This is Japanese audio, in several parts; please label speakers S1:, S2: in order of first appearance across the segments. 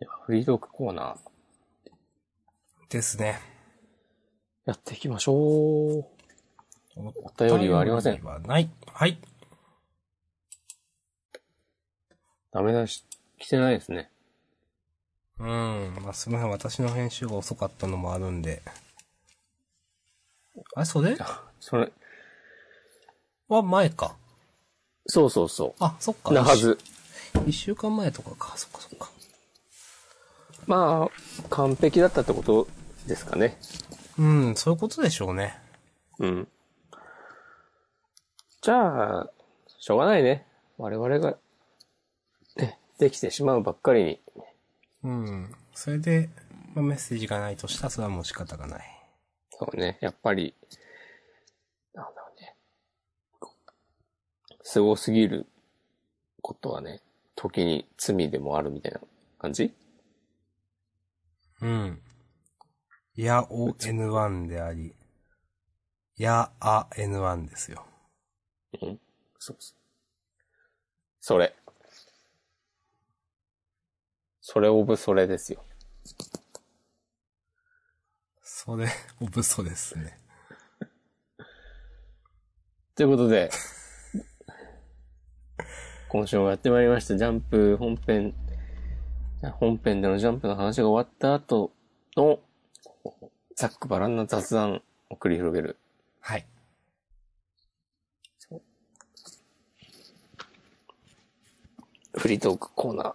S1: では、フリートークコーナー
S2: ですね。
S1: やっていきましょう。
S2: お
S1: 便りはありません
S2: お便りはない。はい。
S1: ダメ出し、来てないですね。
S2: うん。まあ、すみません。私の編集が遅かったのもあるんで。あれ、それ
S1: それ、
S2: は前か。
S1: そうそうそ
S2: あ、そっか。
S1: う。なはず。
S2: 一週。一週間前とかか。そっかそっか。
S1: まあ、完璧だったってことですかね。
S2: うん、そういうことでしょうね。
S1: うん。じゃあ、しょうがないね。我々が、ね、できてしまうばっかりに。
S2: うん。それで、まあ、メッセージがないとしたら、それはもう仕方がない。
S1: そうね、やっぱり、なんだろうね。すごすぎることはね、時に罪でもあるみたいな感じ
S2: うん。やお N1 であり、やあ N1 ですよ。
S1: うん。そうそう。それ。それオブそれですよ。
S2: それ、おぶそですね。
S1: ということ で、今週もやってまいりました。ジャンプ本編、本編でのジャンプの話が終わった後の、ざっくばらんな雑談を繰り広げる。
S2: はい。
S1: フリートークコーナー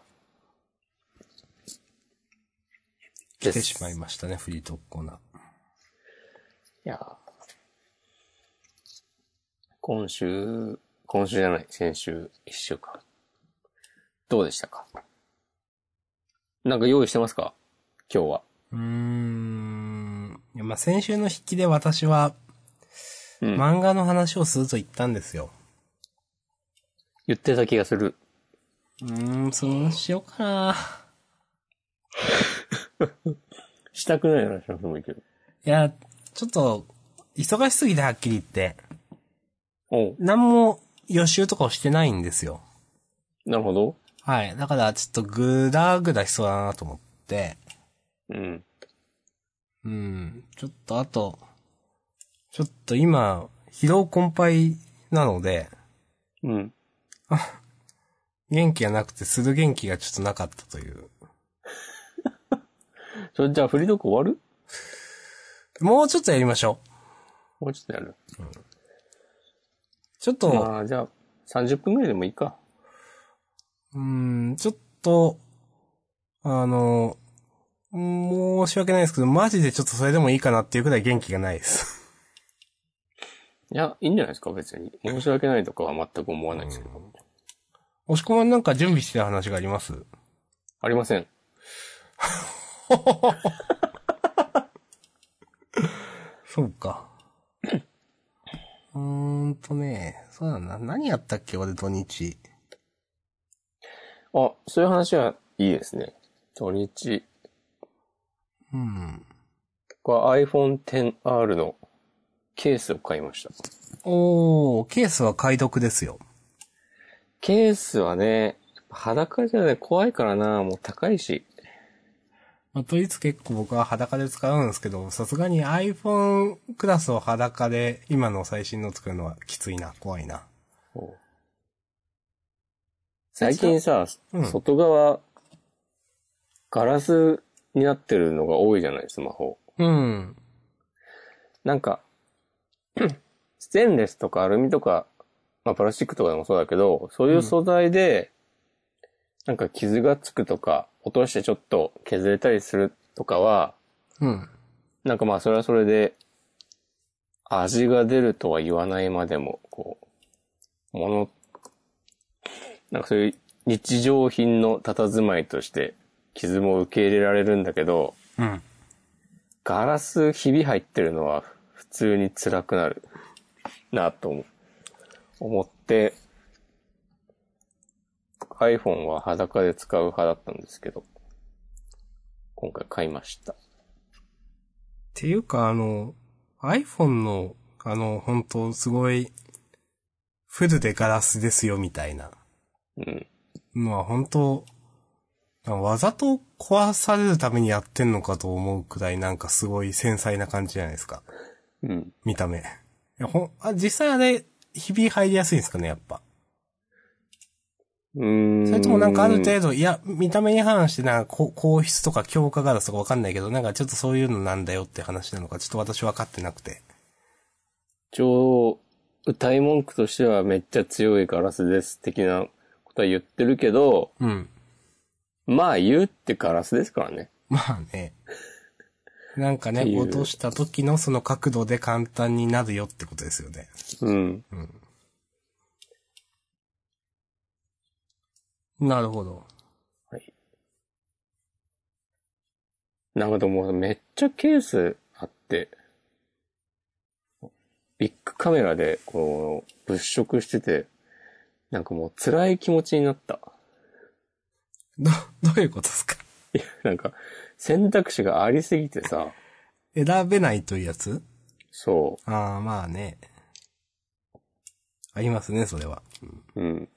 S2: 来
S1: で
S2: て
S1: す。
S2: しまいましたね、フリートークコーナー。
S1: いやー今週、今週じゃない、先週、一週間。どうでしたかなんか用意してますか今日は。
S2: うーん。いやまあ、先週の引きで私は、
S1: うん
S2: 漫画の話をすると言ったんですよ。
S1: 言ってた気がする。
S2: うーん、そうしようかな。
S1: したくない話はもいいけど。
S2: いや、ちょっと、忙しすぎてはっきり言って、
S1: おう
S2: 何も予習とかをしてないんですよ。
S1: なるほど。
S2: はい。だから、ちょっとぐだぐだしそうだなと思って、
S1: うん。
S2: うん。ちょっと、あと、ちょっと今、疲労困憊なので、
S1: うん。
S2: 元気がなくて、する元気がちょっとなかったという。
S1: それじゃあフリートーク終わる
S2: もうちょっとやりましょう。
S1: もうちょっとやる。
S2: ちょっと、
S1: まあ、じゃあ、30分ぐらいでもいいか。
S2: うん、ちょっと、あの、申し訳ないですけど、マジでちょっとそれでもいいかなっていうくらい元気がないです。
S1: いや、いいんじゃないですか、別に。申し訳ないとかは全く思わないですけど。
S2: 押し込まんなんか準備してた話があります
S1: ありません。
S2: そうか。うーんとね、そうだな。何やったっけ俺土日。
S1: あ、そういう話はいいですね。土日
S2: うん。
S1: は iPhone XR のケースを買いました。
S2: おー、ケースは解読ですよ。
S1: ケースはね、裸じゃね、怖いからな、もう高いし。
S2: まあ、といつ結構僕は裸で使うんですけど、さすがに iPhone クラスを裸で今の最新の作るのはきついな、怖いな。
S1: 最近さ、
S2: うん
S1: 外側、ガラスになってるのが多いじゃない、スマホ。
S2: うん。
S1: なんか、 ステンレスとかアルミとか、まあプラスチックとかでもそうだけど、そういう素材で、なんか傷がつくとか、落としてちょっと削れたりするとかは、
S2: うん。
S1: なんかまあそれはそれで、味が出るとは言わないまでも、こう、もの、なんかそういう日常品の佇まいとして、傷も受け入れられるんだけど、
S2: うん。
S1: ガラスひび入ってるのは普通に辛くなるなと思う思って、iPhone は裸で使う派だったんですけど、今回買いました。
S2: っていうか、あの、iPhone の、あの、本当すごい、フルでガラスですよ、みたいな
S1: うん。
S2: のは本当わざと壊されるためにやってんのかと思うくらいなんかすごい繊細な感じじゃないですか。
S1: うん。
S2: 見た目。いやほんあ実際あれ、ひび入りやすいんですかね、やっぱ。
S1: うーん。
S2: それともなんかある程度、いや、見た目に反してなんかこ、硬質とか強化ガラスとかわかんないけど、なんかちょっとそういうのなんだよって話なのか、ちょっと私わかってなくて。
S1: 一応、歌い文句としてはめっちゃ強いガラスです的なことは言ってるけど、
S2: うん。
S1: まあ言うってガラスですからね。
S2: まあね。なんかね
S1: って、いう
S2: 落とした時のその角度で簡単になるよってことですよね。
S1: うん。
S2: なるほど。
S1: はい。なんかでもめっちゃケースあって、ビッグカメラでこう物色してて、なんかもう辛い気持ちになった。
S2: ど、 どういうことですか
S1: いや、なんか選択肢がありすぎてさ、
S2: 選べないというやつ
S1: そ
S2: ああ、まあね。ありますね、それは。
S1: う。うん。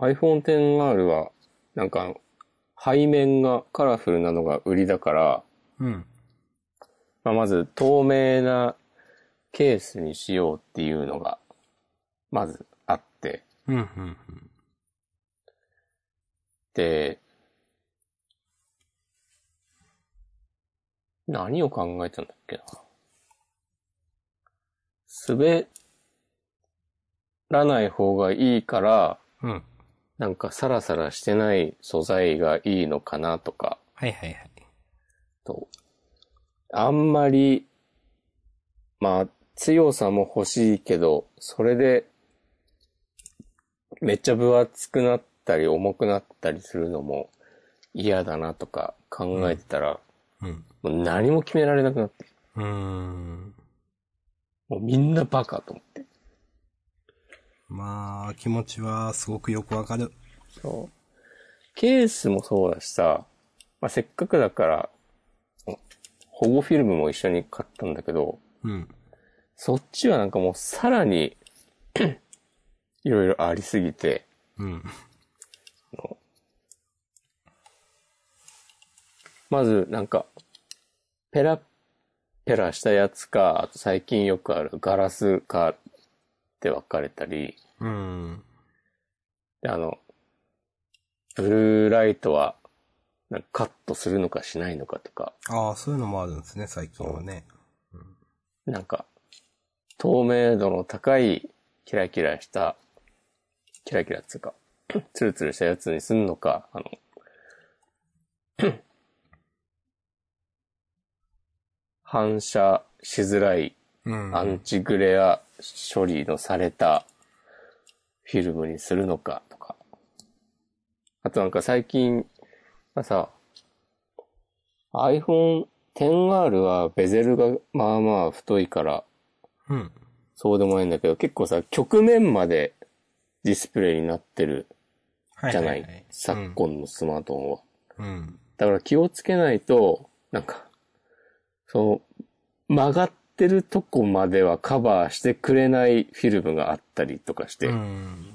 S1: iPhone XR は、なんかあの、背面がカラフルなのが売りだから、
S2: うん。
S1: まあ、まず透明なケースにしようっていうのが、まずあって、
S2: うん、うん、
S1: で、何を考えたんだっけな。滑らない方がいいから、
S2: うん。うん。
S1: なんかサラサラしてない素材がいいのかなとか、
S2: はいはいはい。
S1: と、あんまり、まあ、強さも欲しいけど、それで、めっちゃ分厚くなったり重くなったりするのも嫌だなとか考えてたら、
S2: うん。
S1: もう何も決められなくなって、
S2: うーん。
S1: もうみんなバカと思って。
S2: まあ、気持ちはすごくよくわかる。
S1: そう。ケースもそうだしさ、まあ、せっかくだから、保護フィルムも一緒に買ったんだけど、
S2: うん。
S1: そっちはなんかもうさらに、 いろいろありすぎて、
S2: うん。
S1: まずなんか、ペラ、ペラしたやつか、あと最近よくあるガラスかで分かれたり、
S2: うん。
S1: で、あの、ブルーライトは、なんかカットするのかしないのかとか、
S2: ああ、そういうのもあるんですね、最近はね。
S1: なんか、透明度の高い、キラキラした、キラキラっつうか、 ツルツルしたやつにすんのか、あの、 反射しづらい
S2: うん。
S1: アンチグレア処理のされたフィルムにするのかとか。あとなんか最近、まあさ、iPhone XR はベゼルがまあまあ太いから
S2: うん。
S1: そうでもないんだけど、結構さ、局面までディスプレイになってる
S2: は
S1: じゃない。
S2: はは
S1: 昨。今のスマートフォンは。
S2: うん。
S1: だから気をつけないと、なんか、その、曲がってるとこまではカバーしてくれないフィルムがあったりとかして、
S2: うん。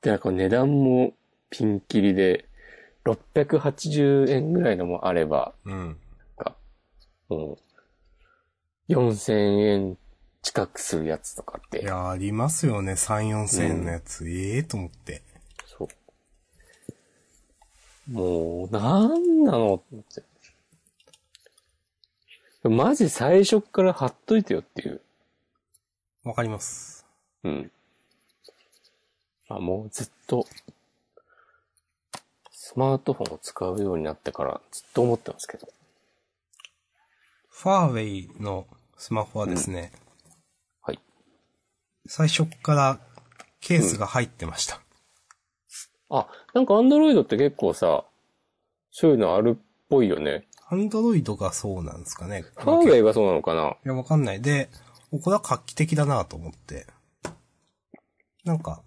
S1: で、なんか値段もピンキリで、680円ぐらいのもあれば、
S2: うん。
S1: もう、4000円近くするやつとかっ
S2: い
S1: て、
S2: や、ありますよね、3、4千円のやつ。ええと思って。
S1: そう。もう、なんなのって思って。マジ最初っから貼っといてよっていう。
S2: わかります。
S1: うん。あ、もうずっと、スマートフォンを使うようになってからずっと思ってますけど。
S2: ファーウェイのスマホはですね、
S1: はい。
S2: 最初っからケースが入ってました。
S1: あ、なんかアンドロイドって結構さ、そういうのあるっぽいよね。
S2: アンドロイドがそうなんですかね。
S1: ファーウェイがそうなのかない
S2: や、わかんない。で、おこれは画期的だなと思って。なんか、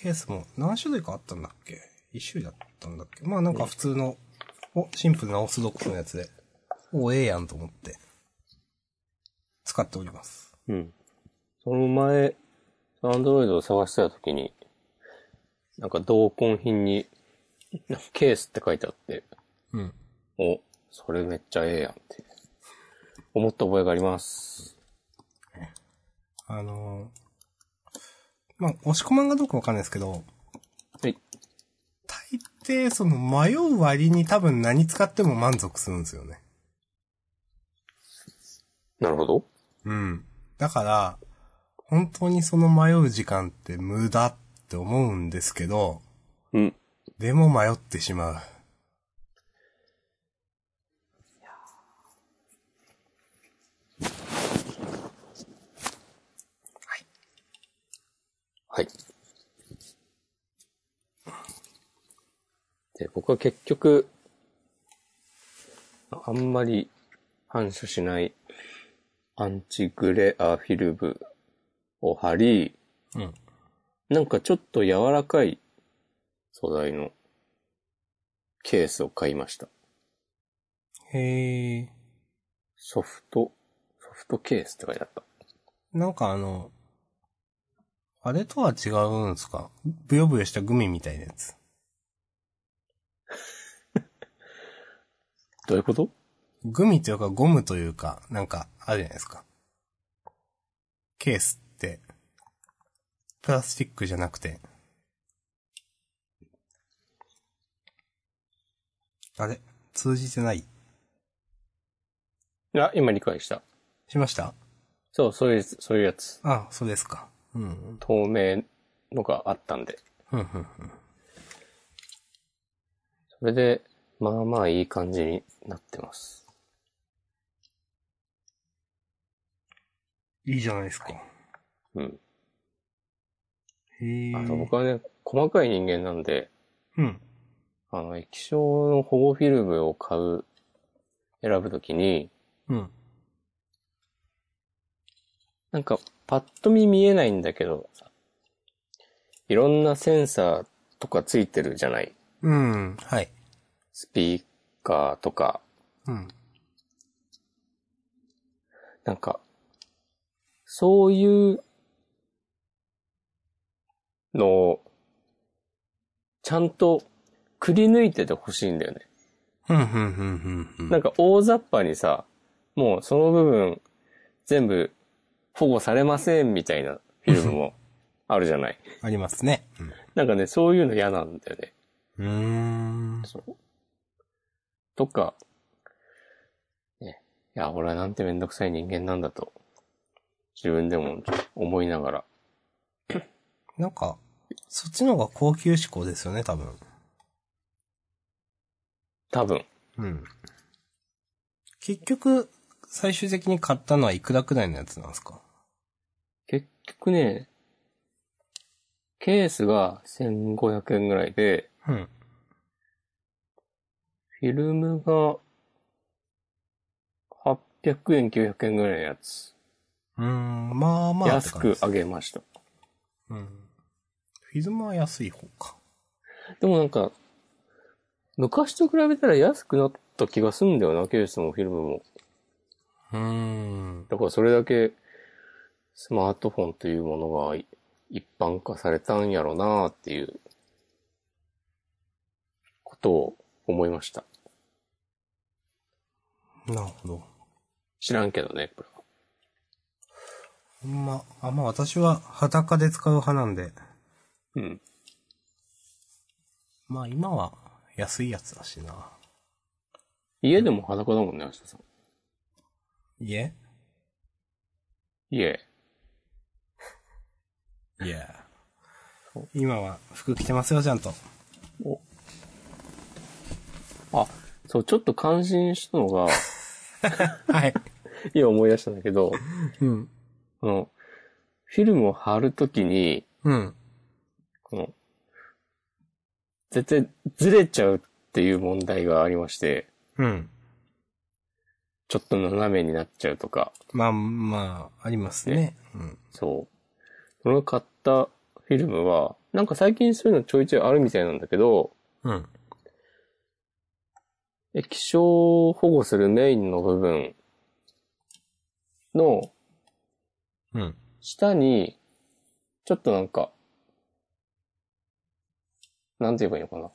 S2: ケースも何種類かあったんだっけ一種類だったんだっけまあなんか普通の、お、シンプルなオーソドックスのやつで、お、ええやんと思って、使っております。
S1: うん。その前、アンドロイドを探してた時に、なんか同梱品に、なんかケースって書いてあって、
S2: うん。
S1: お、それめっちゃええやんって、思った覚えがあります。
S2: あのーまあ、押し込まんがどうかわかんないですけど、
S1: はい。
S2: 大抵その迷う割に多分何使っても満足するんですよね。
S1: なるほど。
S2: うん。だから、本当にその迷う時間って無駄って思うんですけど、
S1: うん。
S2: でも迷ってしまう。
S1: はい。で、僕は結局、あんまり反射しないアンチグレアフィルムを貼り、
S2: うん。
S1: なんかちょっと柔らかい素材のケースを買いました。
S2: へえ。
S1: ソフト、ソフトケースって書いてあった。
S2: なんかあの、あれとは違うんですかブヨブヨしたグミみたいなやつ。
S1: どういうこと
S2: グミというかゴムというか、なんか、あるじゃないですか。ケースって、プラスチックじゃなくて。あれ通じてない
S1: あ、今理解した。
S2: しました
S1: そう、そういう、そういうやつ。
S2: あ、そうですか。うんうん。
S1: 透明のがあったんで。
S2: ふんふんふん。
S1: それで、まあまあいい感じになってます。
S2: いいじゃないですか。
S1: うん。
S2: へえ。
S1: あと僕はね、細かい人間なんで、
S2: うん。
S1: あの、液晶の保護フィルムを買う、選ぶときに、
S2: うん。
S1: なんか、パッと見見えないんだけど、いろんなセンサーとかついてるじゃない
S2: うん。はい。
S1: スピーカーとか、
S2: うん。
S1: なんか、そういうのを、ちゃんとくり抜いててほしいんだよね。
S2: ふんふんふんふんふん。
S1: なんか大雑把にさ、もうその部分全部保護されませんみたいなフィルム もあるじゃない。
S2: ありますね。
S1: なんかね、そういうの嫌なんだよね。
S2: うん。うーん。
S1: そう。とか、ね、いや、俺はなんてめんどくさい人間なんだと、自分でも思いながら。
S2: なんか、そっちの方が高級志向ですよね、多分。
S1: 多分。
S2: うん。結局、最終的に買ったのはいくらくらいのやつなんですか
S1: 結局ね、ケースが1500円ぐらいで、
S2: うん。
S1: フィルムが800円、900円ぐらいのやつ。
S2: うーん、まあまあって
S1: 安
S2: 感じで
S1: く
S2: す。
S1: 上げました。
S2: うん。フィズムは安い方か。
S1: でもなんか、昔と比べたら安くなった気がすんだよな、ケースもフィルムも。
S2: うーん。
S1: だからそれだけスマートフォンというものが一般化されたんやろなっていうことを思いました。
S2: なるほど。
S1: 知らんけどね、これは。
S2: ほんま、あ、まあ私は裸で使う派なんで、
S1: うん。
S2: まあ今は安いやつだしな。
S1: 家でも裸だもんね、明日さん。
S2: いえ
S1: 家。
S2: いや。今は服着てますよ、ちゃんと。
S1: お。あ、そう、ちょっと感心したのが、
S2: はい。
S1: 今思い出したんだけど、
S2: うん。
S1: あの、フィルムを貼るときに、
S2: うん。
S1: この、絶対ずれちゃうっていう問題がありまして、
S2: うん。
S1: ちょっと斜めになっちゃうとか、
S2: まあまあ、ありますね。うん。
S1: そう。その買ったフィルムは、なんか最近そういうのちょいちょいあるみたいなんだけど、
S2: うん。
S1: 液晶を保護するメインの部分の
S2: うん。
S1: 下に、ちょっとなんか、なんて言えばいいのかな。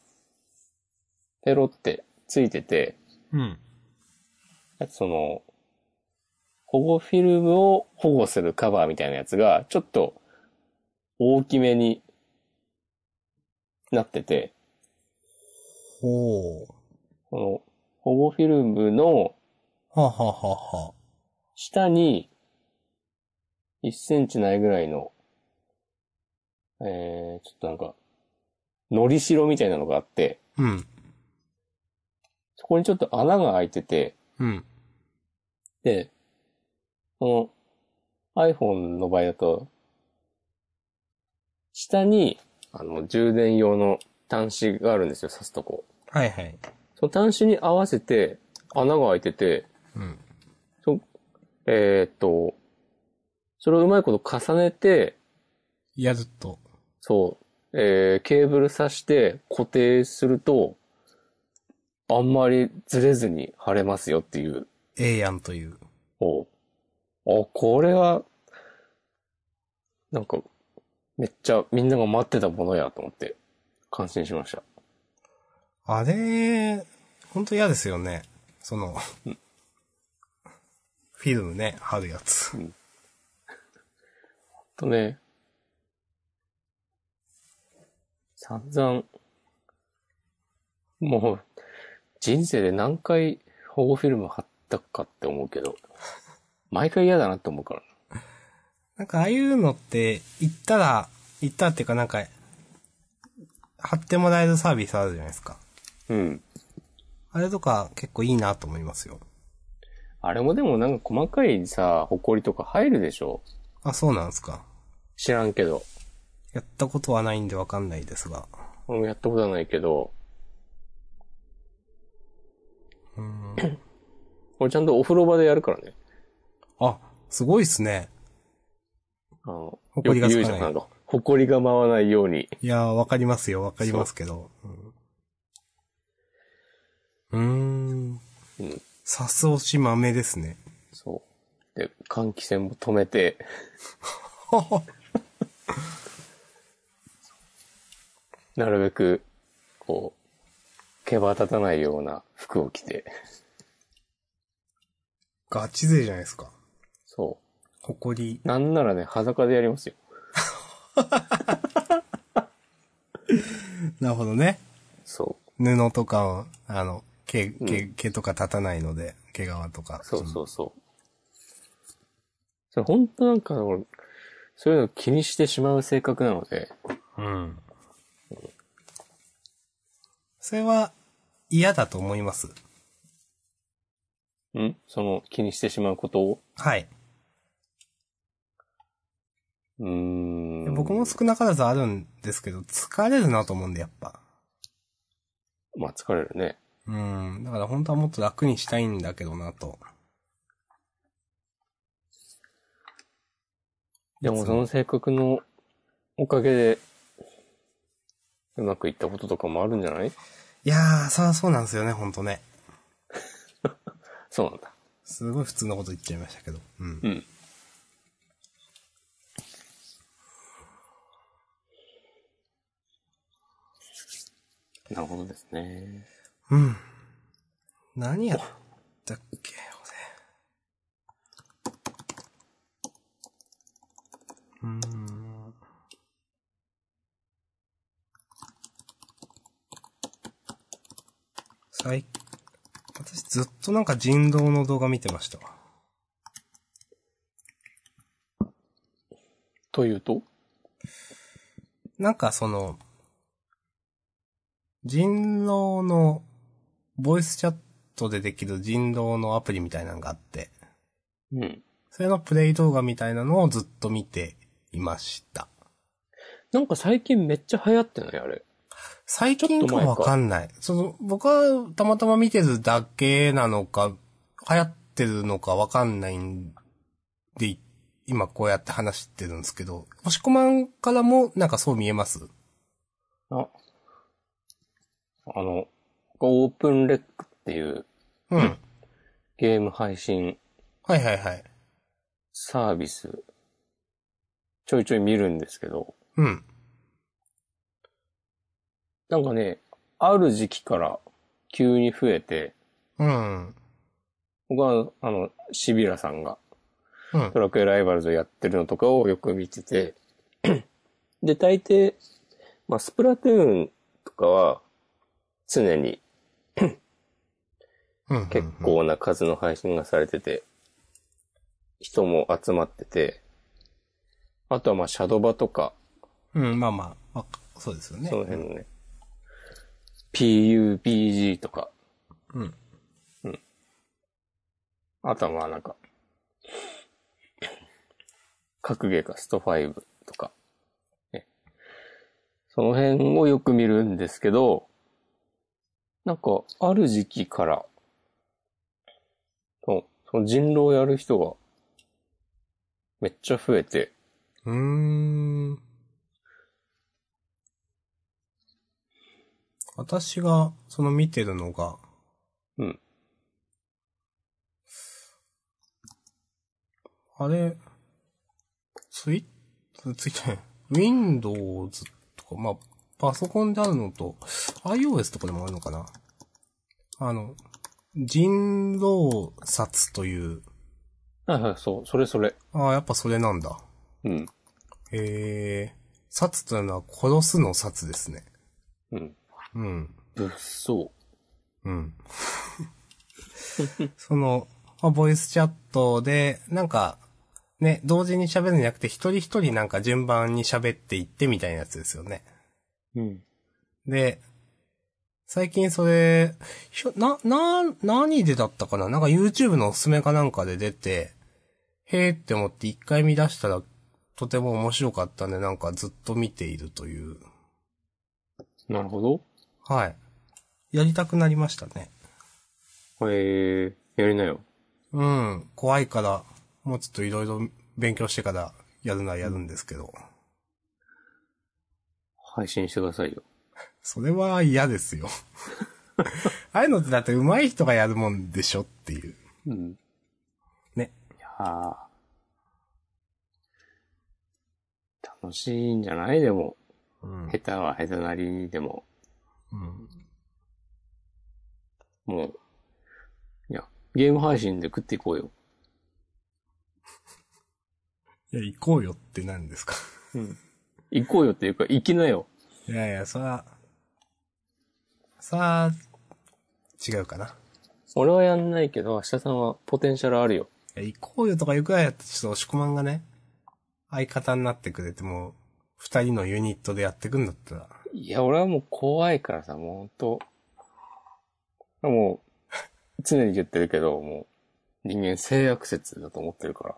S1: ペロってついてて、
S2: うん。
S1: その、保護フィルムを保護するカバーみたいなやつが、ちょっと大きめになってて、
S2: ほう。
S1: この保護フィルムの
S2: はあ、はあはあはあ、
S1: 下に1センチないぐらいの、えー、ちょっとなんか、のりしろみたいなのがあって、
S2: うん。
S1: そこにちょっと穴が開いてて、
S2: うん。
S1: で、その iPhone の場合だと、下に、あの、充電用の端子があるんですよ、挿すとこ。
S2: はいはい。
S1: その端子に合わせて穴が開いてて、
S2: うん。
S1: そえーっと、それをうまいこと重ねて、
S2: やると。
S1: そう、えー、ケーブル挿して固定すると、あんまりずれずに貼れますよっていう
S2: ええやんという。
S1: おあ、これは、なんか、めっちゃみんなが待ってたものやと思って、感心しました。
S2: あれ、ほんと嫌ですよね。その、フィルムね、貼るやつ。
S1: とね、散々、もう、人生で何回保護フィルム貼ったかって思うけど、毎回嫌だなって思うからな。
S2: なんかああいうのって、行ったら、行ったっていうかなんか、貼ってもらえるサービスあるじゃないですか。
S1: うん。
S2: あれとか結構いいなと思いますよ。
S1: あれもでもなんか細かいさ、ホコリとか入るでしょ
S2: あ、そうなんですか。
S1: 知らんけど。
S2: やったことはないんでわかんないですが。
S1: 俺もやったことはないけど、
S2: うん。
S1: 俺ちゃんとお風呂場でやるからね。
S2: あ、すごいっすね。
S1: あの、
S2: ほ
S1: よ
S2: こ
S1: く
S2: りがつ
S1: 言
S2: かないう
S1: じゃん、なんか、ほこりが舞わないように。
S2: いやー、わかりますよ、わかりますけど。うん。うーん。
S1: うん。
S2: さすおし豆ですね。
S1: そう。で、換気扇も止め て、なるべく、こう、毛羽立たないような服を着て、
S2: ガチ勢じゃないですか。
S1: そ
S2: 誇り。
S1: う。なんならね、裸でやりますよ。
S2: なるほどね。
S1: そ
S2: 布とかは、あの、毛、
S1: うん
S2: 毛、毛とか立たないので、毛皮とか。
S1: う。そうそうそう。それ本当なんか、俺そういうの気にしてしまう性格なので、
S2: うん。それは嫌だと思います。
S1: んその気にしてしまうことを。
S2: はい。
S1: うーん。
S2: 僕も少なからずあるんですけど、疲れるなと思うんで、やっぱ。
S1: まあ疲れるね。
S2: うん。だから本当はもっと楽にしたいんだけどなと。
S1: でもその性格のおかげで、うまくいったこととかもあるんじゃない
S2: いやー、そりゃそうなんですよね、本当ね。
S1: そうなんだ。
S2: すごい普通のこと言っちゃいましたけど。うん。
S1: うん。なるほどですね。
S2: うん。何やったっけ、俺。うーん。最、私ずっとなんか人道の動画見てましたわ。
S1: というと
S2: なんかその、人狼の、ボイスチャットでできる人狼のアプリみたいなのがあって、
S1: うん。
S2: それのプレイ動画みたいなのをずっと見ていました。
S1: なんか最近めっちゃ流行ってないあれ。
S2: 最近かわかんない。その、僕はたまたま見てるだけなのか、流行ってるのかわかんないんで、今こうやって話してるんですけど、押し込まんからもなんかそう見えます
S1: あ、あの、オープンレックっていう
S2: うん。はい
S1: ゲーム配信
S2: はいはい。
S1: サービス、ちょいちょい見るんですけど、
S2: うん。
S1: なんかね、ある時期から急に増えて、
S2: うん。
S1: 僕は、あの、シビラさんが
S2: うん
S1: ド。ラクエライバルズをやってるのとかをよく見てて、で、大抵、まあ、スプラトゥーンとかは、常に
S2: うん。
S1: 結構な数の配信がされてて、人も集まってて、あとはまあ、シャドバとか、
S2: うん、まあまあ、まあ、そうですよね
S1: そ。の辺のね、PUBG とか、
S2: うん。
S1: あとはまあなんか、格ゲーか、スト5とか、ね。その辺をよく見るんですけど、なんか、ある時期から、そうその人狼やる人が、めっちゃ増えて、
S2: うーん。私が、その見てるのが、
S1: うん。
S2: あれ、ツイッ、ツイッター、Windows とか、まあ、パソコンであるのと、iOS とかでもあるのかなあの、人狼殺という、
S1: はいはい、そう、それそれ。
S2: ああ、やっぱそれなんだ。
S1: うん。
S2: ええー、殺というのは殺すの殺ですね。
S1: うん。
S2: うん。
S1: 物騒。
S2: うん。その、まあボイスチャットで、なんか、ね、同時に喋るんじゃなくて、一人一人なんか順番に喋っていってみたいなやつですよね。
S1: うん。
S2: で、最近それ、ひょな、な、何でだったかななんか YouTube のおすすめかなんかで出て、へーって思って一回見出したら、とても面白かったんで、なんかずっと見ているという。
S1: なるほ
S2: はい。やりたくなりましたね。
S1: ど。えー、やりなよ。
S2: うん、怖いから、もうちょっといろいろ勉強してからやるのはやるんですけど、
S1: 配信してくださいよ。
S2: それは嫌ですよ。 ああいうのってだって上手い人がやるもんでしょっていう。
S1: うん。
S2: ね。
S1: いやー楽しいんじゃないでも。
S2: うん。
S1: 下手は下手なりにでも、
S2: うん
S1: もう、いや、ゲーム配信で食っていこうよ。
S2: いや、行こうよって何ですか。
S1: うん。行こうよっていうか、行きなよ。
S2: いやいや、そら、さあ、違うかな。
S1: 俺はやんないけど、明日さんはポテンシャルあるよ。
S2: いや行こうよとか行くらいやったらちょっと押し込まんがね、相方になってくれても、二人のユニットでやってくんだったら、
S1: いや、俺はもう怖いからさ、もうほんと。もう、常に言ってるけど、もう、人間性悪説だと思ってるから。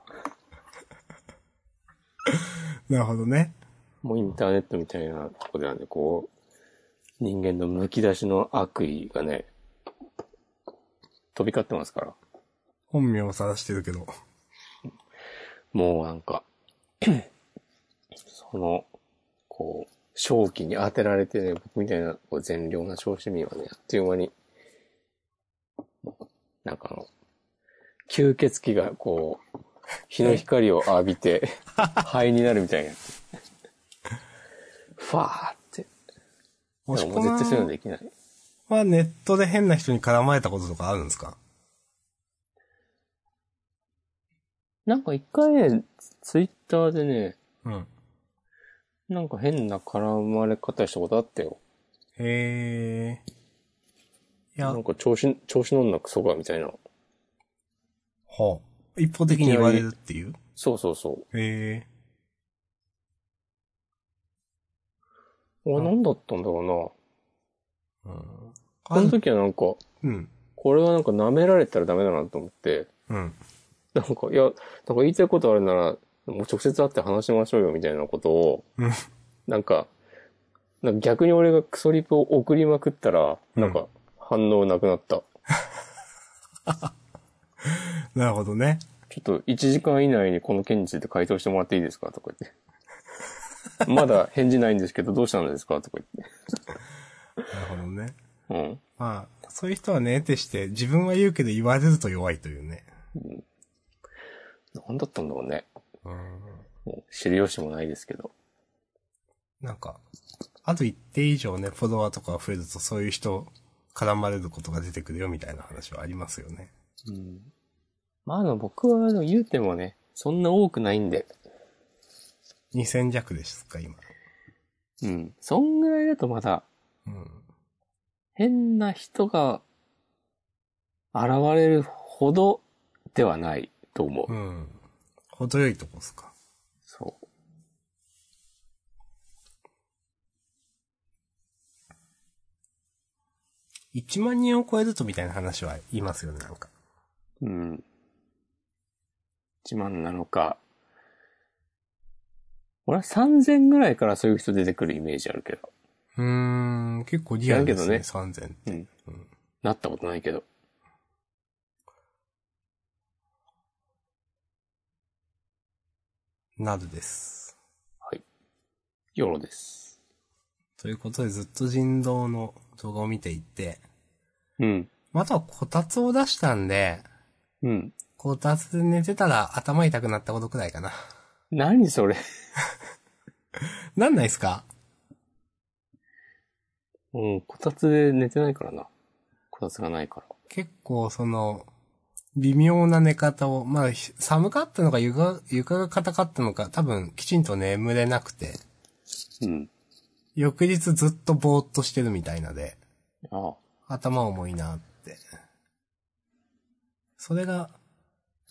S2: なるほどね。
S1: もうインターネットみたいなとこではね、こう、人間の剥き出しの悪意がね、飛び交ってますから。
S2: 本名を晒してるけど。
S1: もうなんか、 その、こう、正気に当てられてね、僕みたいなこう善良な小市民はね、あっという間に、なんかあの、吸血鬼がこう、日の光を浴びて、 灰になるみたいな。ふわーって。
S2: 押し
S1: も
S2: 込
S1: う
S2: ま
S1: 絶対そういうの
S2: ん
S1: できない。
S2: はネットで変な人に絡まれたこととかあるんですか
S1: なんか一回ね、ツイッターでね、
S2: うん。
S1: なんか変な絡まれ方したことあったよ。
S2: へえ。い
S1: な
S2: や
S1: ん、か調子、調子乗んなクソがみたいな。
S2: ほう。一方的に言われるっていう
S1: そうそうそう。
S2: へえ。
S1: 俺何だったんだろ
S2: うん。
S1: うな。その時はなんか、
S2: うん。
S1: これはなんか舐められたらダメだなと思って、
S2: うん。
S1: なんか、いや、なんか言いたいことあるなら、もう直接会って話しましょうよみたいなことを、
S2: うん
S1: なんか、なんか逆に俺がクソリプを送りまくったら、
S2: うん
S1: なんか反応なくなった。
S2: なるほどね。
S1: ちょっと1時間以内にこの件について回答してもらっていいですかとか言 って。まだ返事ないんですけど、どうしたんですかとか
S2: なるほどね。
S1: 言って。
S2: まあ、そういう人はね、得てして、自分は言うけど言われると弱いというね。
S1: うん。なんだったんだろうね。
S2: うん。
S1: もう知る由もないですけど。
S2: なんか、あと一定以上ね、フォロワーとかが増えるとそういう人絡まれることが出てくるよみたいな話はありますよね。
S1: うん。まあ、あの、僕は、あの、言うてもね、そんな多くないんで。
S2: 2000弱ですか、今。
S1: うん。そんぐらいだとまだ、
S2: うん。
S1: 変な人が、現れるほどではないと思う。
S2: うん。程よいとこですか。
S1: そう。
S2: 1万人を超えるとみたいな話は言いますよね、なんか。
S1: うん。1万なのか。俺は3000ぐらいからそういう人出てくるイメージあるけど。
S2: うーん、結構リアルですね、
S1: だ
S2: 3000って。
S1: うん。なったことないけど。
S2: なるです。
S1: ヨロです。
S2: ということでずっと人道の動画を見ていて、
S1: うん。
S2: まああとはこたつを出したんで、
S1: うん。
S2: こたつで寝てたら頭痛くなったことくらいかな。
S1: 何それ。
S2: なんないっすか
S1: うん、こたつで寝てないからな。こたつがないから。
S2: 結構その、微妙な寝方を、まあ、ひ寒かったのか床、床が硬かったのか、多分きちんと眠れなくて、
S1: うん。
S2: 翌日ずっとぼーっとしてるみたいなで、
S1: ああ。
S2: 頭重いなって。それが、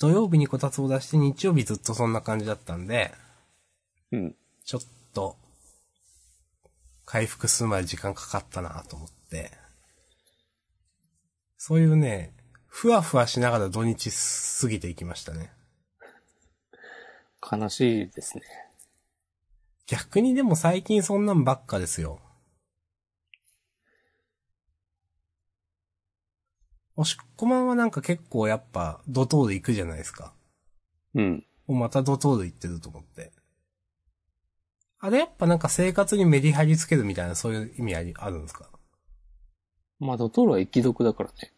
S2: 土曜日にこたつを出して日曜日ずっとそんな感じだったんで、
S1: うん。
S2: ちょっと、回復するまで時間かかったなと思って。そういうね、ふわふわしながら土日過ぎていきましたね。
S1: 悲しいですね。
S2: 逆にでも最近そんなんばっかですよ。おしっこまんはなんか結構やっぱドトール行くじゃないですか。
S1: うん。
S2: おまたドトール行ってると思って。あれやっぱなんか生活にメリハリつけるみたいなそういう意味あり、あるんですか
S1: まあ、ドトールは生き毒だからね。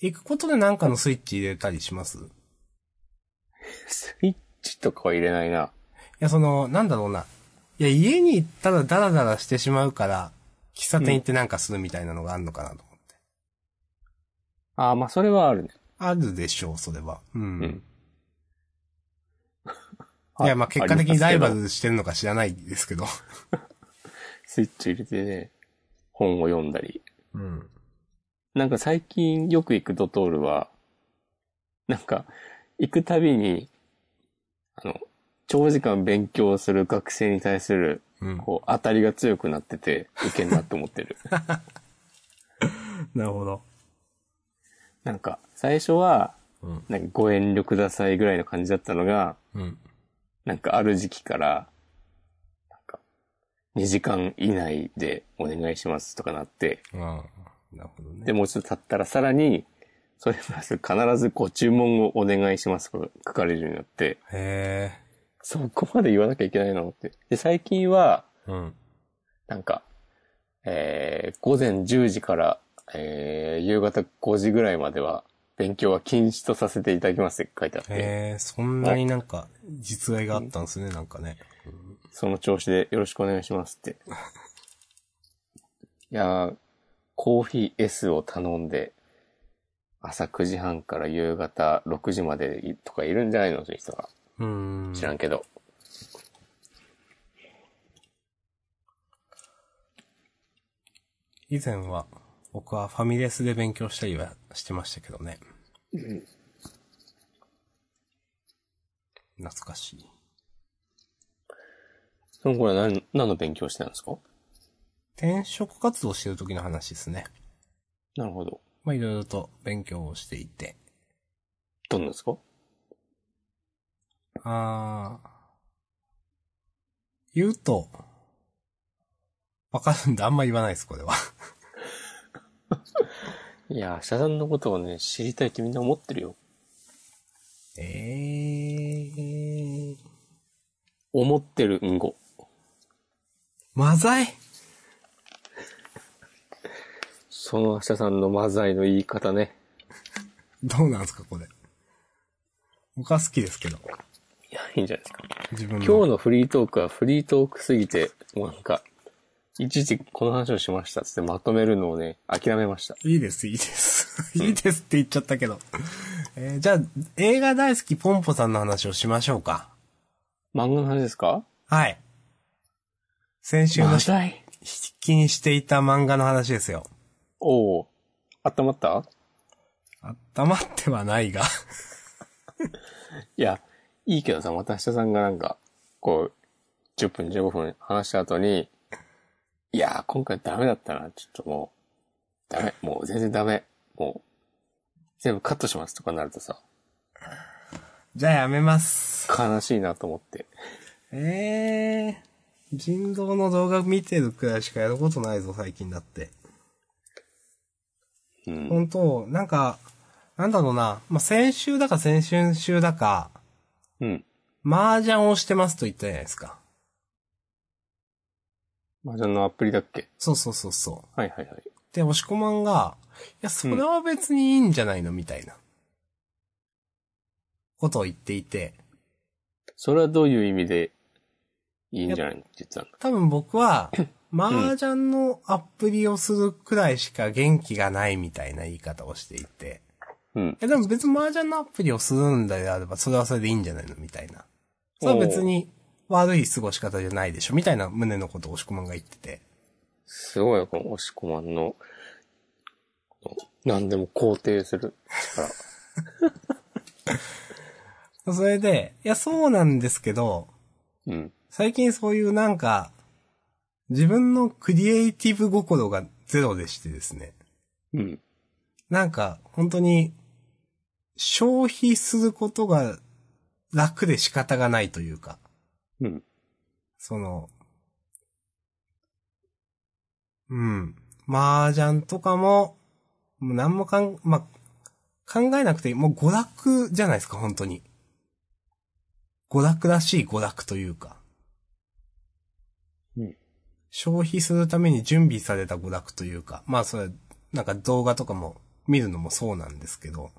S2: 行くことでなんかのスイッチ入れたりしますい
S1: スイッチとかは入れないな。
S2: や、その、なんだろうな。いや、家に行ったらダラダラしてしまうから、喫茶店行ってなんかするみたいなのがあるのかなと思って。
S1: ああ、まあ、それはあるね。
S2: あるでしょう、それは。うん。
S1: うん
S2: いや、まあ、結果的
S1: あり
S2: に
S1: ます
S2: ラ
S1: け
S2: イ
S1: ど
S2: バルしてるのか知らないですけど。
S1: スイッチ入れてね、本を読んだり。
S2: うん。
S1: なんか最近よく行くドトールは、なんか、行くたびに、あの、長時間勉強する学生に対する、
S2: うん。
S1: こう、当たりが強くなってて、いけんなって思って る。
S2: なるほど。
S1: なんか、最初は、
S2: うん。
S1: なんかご遠慮くださいぐらいの感じだったのが、
S2: うん。
S1: なんかある時期から、なんか、2時間以内でお願いしますとかなって、
S2: ああ。なるほどね。
S1: で、もうちょっと経ったらさらに、それプラス必ずご注文をお願いしますとか書かれるようになって、
S2: へ
S1: そこまで言わなきゃいけないのって。で、最近は、
S2: え。うん。
S1: なんか、えー、午前10時から、えー、夕方5時ぐらいまでは、勉強は禁止とさせていただきますって書いてあって、
S2: へえ、そんなになんか、実害があったんですね、なんかね。
S1: その調子でよろしくお願いしますって。いやー、コーヒー S を頼んで、朝9時半から夕方6時までいとかいるんじゃないのそういう人が。
S2: うん。
S1: 知らんけど。
S2: 以前は、僕はファミレスで勉強したりはしてましたけどね。懐かしい。
S1: その頃は何、何の勉強してたんですか
S2: 転職活動してる時の話ですね。
S1: なるほど。
S2: まあ、いろいろと勉強をしていて。
S1: どんなんですか
S2: あー。言うと、わかるんであんま言わないです、これは。
S1: いや、社さんのことをね、知りたいってみんな思ってるよ。
S2: えー。
S1: 思ってるんご。
S2: マザイ
S1: その社さんのマザイの言い方ね。
S2: どうなんですか、これ。僕は好きですけど。
S1: いや、いいんじゃないですか。
S2: 自分の。
S1: 今日のフリートークはフリートークすぎて、もうなんか、一時この話をしましたっつってまとめるのをね、諦めました。
S2: いいです、いいです。 いいですって言っちゃったけど。えーじゃあ、映画大好きポンポさんの話をしましょうか。
S1: 漫画の話ですか
S2: はい。先週の
S1: ま
S2: 引
S1: たい。
S2: きにしていた漫画の話ですよ。
S1: おお。温まった
S2: 黙ってはないが。
S1: いや、いいけどさ、また明日さんがなんか、こう、10分15分話した後に、いやー、今回ダメだったな。ちょっともう、ダメ。もう全然ダメ。もう、全部カットしますとかなるとさ、
S2: じゃあやめます。
S1: 悲しいなと思って。
S2: えー、人道の動画見てるくらいしかやることないぞ、最近だって。
S1: うん。
S2: 本当なんか、なんだろうな。まあ、先週だか先々週だか、
S1: うん。
S2: 麻雀をしてますと言ったじゃないですか。
S1: マジョンのアプリだっけ
S2: そうそうそうそう。
S1: はいはいはい。
S2: で、押し込まんが、いや、それは別にいいんじゃないの、みたいな。ことを言っていて、
S1: それはどういう意味で、いいんじゃないのって言ってたんだ。
S2: 多分僕は、麻雀のアプリをするくらいしか元気がないみたいな言い方をしていて、
S1: うん。
S2: え、でも別に麻雀のアプリをするんであれば、それはそれでいいんじゃないのみたいな。それは別に悪い過ごし方じゃないでしょみたいな胸のことを押し込まんが言ってて。
S1: すごいよ、この押し込まんの、何でも肯定する力。
S2: それで、いや、そうなんですけど、
S1: うん。
S2: 最近そういうなんか、自分のクリエイティブ心がゼロでしてですね。
S1: うん。
S2: なんか、本当に、消費することが楽で仕方がないというか。
S1: うん。
S2: その、うん。麻雀とかも、もう何もかん、まあ、考えなくていい。もう娯楽じゃないですか、本当に。娯楽らしい娯楽というか。
S1: うん
S2: 消費するために準備された娯楽というか。まあ、それ、なんか動画とかも見るのもそうなんですけど。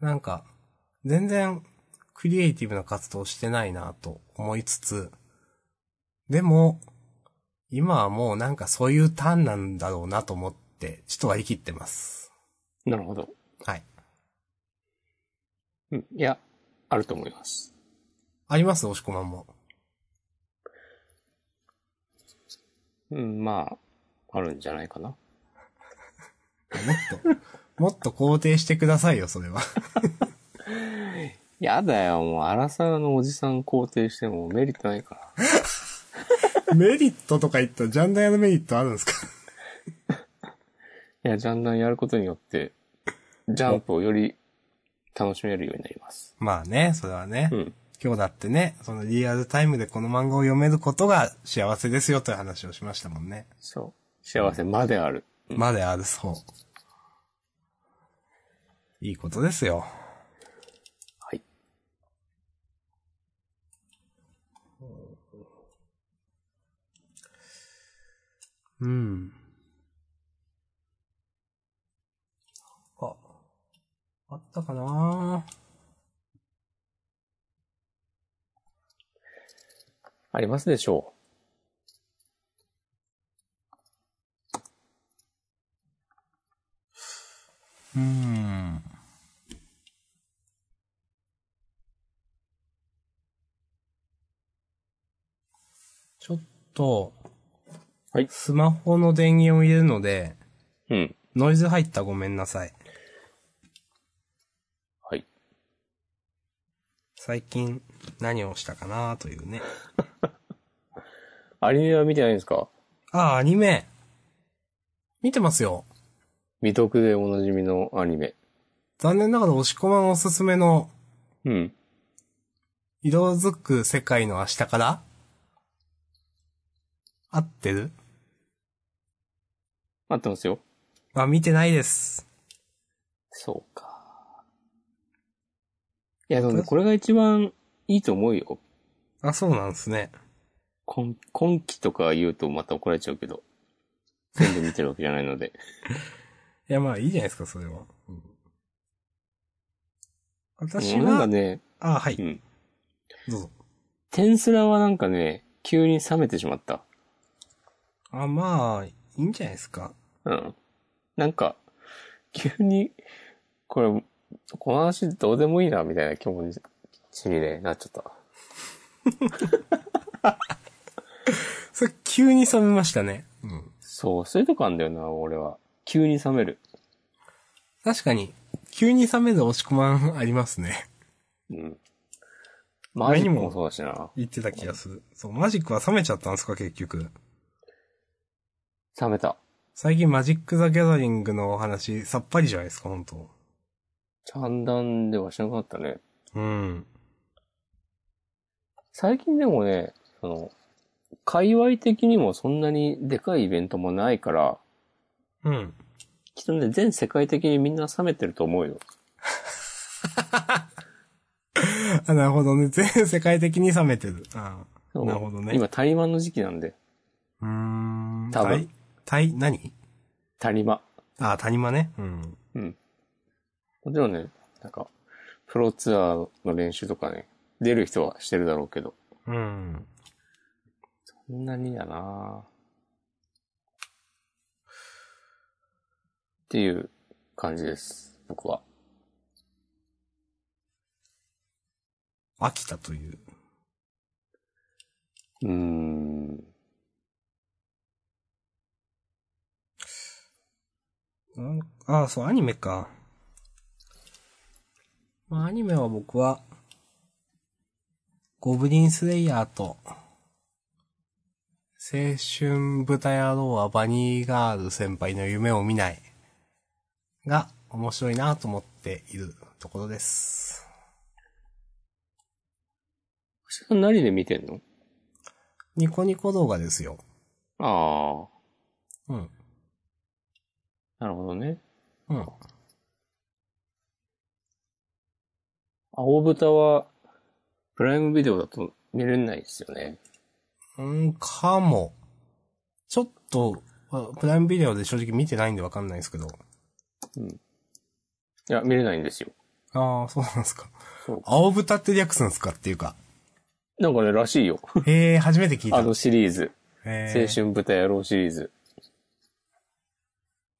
S2: なんか、全然、クリエイティブな活動をしてないなと思いつつ、でも、今はもうなんかそういうターンなんだろうなと思って、ちょっと割り切ってます。
S1: なるほど。
S2: はい。
S1: うん。いや、あると思います。
S2: あります押し込まんも。
S1: うん、まあ、あるんじゃないかな。
S2: もっと 肯定してくださいよ、そ れは。
S1: やだよ、もう、アラサーのおじさん肯定してもメリットないから。
S2: メリットとか言ったらジャンダヤのメリットあるんですか
S1: いや、ジャンダンやることによって、ジャンプをより楽しめるようになります。
S2: まあね、それはね、
S1: うん。
S2: 今日だってね、そのリアルタイムでこの漫画を読めることが幸せですよという話をしましたもんね。
S1: そう。幸せまである。
S2: まであるそう。いいことですよ。
S1: はい。
S2: うん。あ、あったかな
S1: ありますでしょ
S2: うん。ちょっと、
S1: はい
S2: スマホの電源を入れるので、
S1: う。うん。
S2: ノイズ入ったらごめんなさい。
S1: はい。
S2: 最近何をしたかなというね。
S1: アニメは見てないんですか
S2: ああ、アニメ。見てますよ。
S1: 未読でおなじみのアニメ。
S2: 残念ながら押し込まんおすすめの
S1: うん。
S2: 色づく世界の明日から合ってる
S1: 合ってますよ。
S2: あ、見てないです。
S1: そうか。いや、でもね、これが一番いいと思うよ。
S2: あ、そうなんですね。
S1: 今今期とか言うとまた怒られちゃうけど。全部見てるわけじゃないので。
S2: いや、まあいいじゃないですか、それは。うん私
S1: もうなん
S2: は、
S1: かね、
S2: あ、は
S1: う
S2: い、
S1: ん。
S2: どうぞ。
S1: テンスラはなんかね、急に冷めてしまった。
S2: あ、まあ、いいんじゃないですか。
S1: うん。なんか、急に、これ、この話どうでもいいな、みたいな気持ちにね、なっちゃった。
S2: それ急に冷めましたね。うん。
S1: そう、そういうとこあんだよな、俺は。急に冷める。
S2: 確かに、急に冷める押し込まんありますね。
S1: うん。マジックもそうだしな。
S2: 言ってた気がする。そう、マジックは冷めちゃったんですか、結局。
S1: 冷めた。
S2: 最近マジック・ザ・ギャザリングのお話、さっぱりじゃないですか、本当
S1: ちゃんだんではしなかったね。
S2: うん。
S1: 最近でもね、その、界隈的にもそんなにでかいイベントもないから、
S2: うん。
S1: きっとね、全世界的にみんな冷めてると思うよ。
S2: あ、なるほどね。全世界的に冷めてる。あ
S1: そう
S2: なるほどね
S1: 今、タリマンの時期なんで。
S2: うーん。
S1: 多分
S2: タイ、タイ、何
S1: タリマ。
S2: あ、谷間ね。うん。
S1: うん。もちろんね、なんか、プロツアーの練習とかね、出る人はしてるだろうけど。
S2: うん。
S1: そんなにだなぁっていう感じです。僕は。
S2: 飽きたという。
S1: うーん。
S2: うんあ、そう、アニメか。まあ、アニメは僕は、ゴブリンスレイヤーと、青春豚野郎はバニーガール先輩の夢を見ないが面白いなと思っているところです。
S1: それ何で見てんの
S2: ニコニコ動画ですよ。
S1: あ
S2: うん。
S1: あ、なるほどね。
S2: うん。
S1: 青豚は、プライムビデオだと見れないですよね。
S2: うん、かも。ちょっと、あプライムビデオで正直見てないんでわかんないですけど。
S1: いや、見れないんですよ。
S2: ああ、そうなんですか
S1: そう。
S2: 青豚って略すんですかってい うか。
S1: なんかね、らしいよ。
S2: へえ、初めて聞いた。
S1: あのシリーズ。
S2: へー
S1: 青。春豚野郎シリーズ。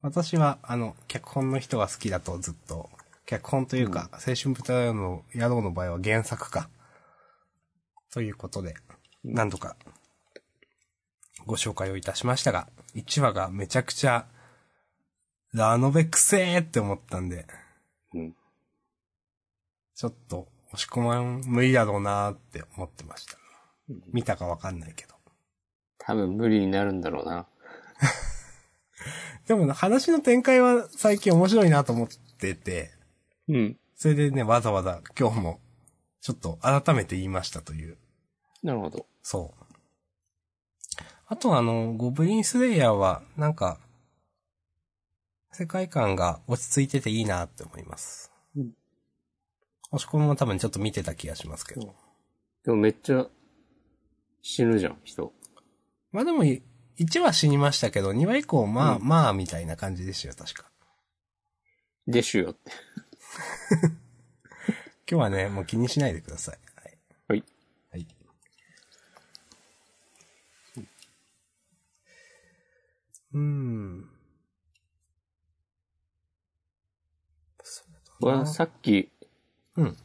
S2: 私は、あの、脚本の人が好きだとずっと。脚本というか、青春豚の野郎の場合は原作か。ということで、何度かご紹介をいたしましたが、1話がめちゃくちゃ、ラノベくせーって思ったんで、
S1: うん。
S2: ちょっと、押し込まん無理だろうなーって思ってました。見たかわかんないけど。
S1: 多分無理になるんだろうな。
S2: でもね話の展開は最近面白いなと思ってて、
S1: うん。
S2: それでね、わざわざ今日も、ちょっと改めて言いましたという。
S1: なるほど。
S2: そう。あとあの、ゴブリンスレイヤーは、なんか、世界観が落ち着いてていいなって思います。
S1: うん
S2: 押し込みも多分ちょっと見てた気がしますけど。
S1: でもめっちゃ死ぬじゃん、人。
S2: まあでも、1話死にましたけど、2話以降、まあ、
S1: うん
S2: まあ、みたいな感じでしたよ、確か。
S1: でしゅよって。
S2: 今日はね、もう気にしないでください。はい。
S1: はい。
S2: はい。うん。そう
S1: 俺
S2: だ
S1: は
S2: な。
S1: さっき、
S2: うん。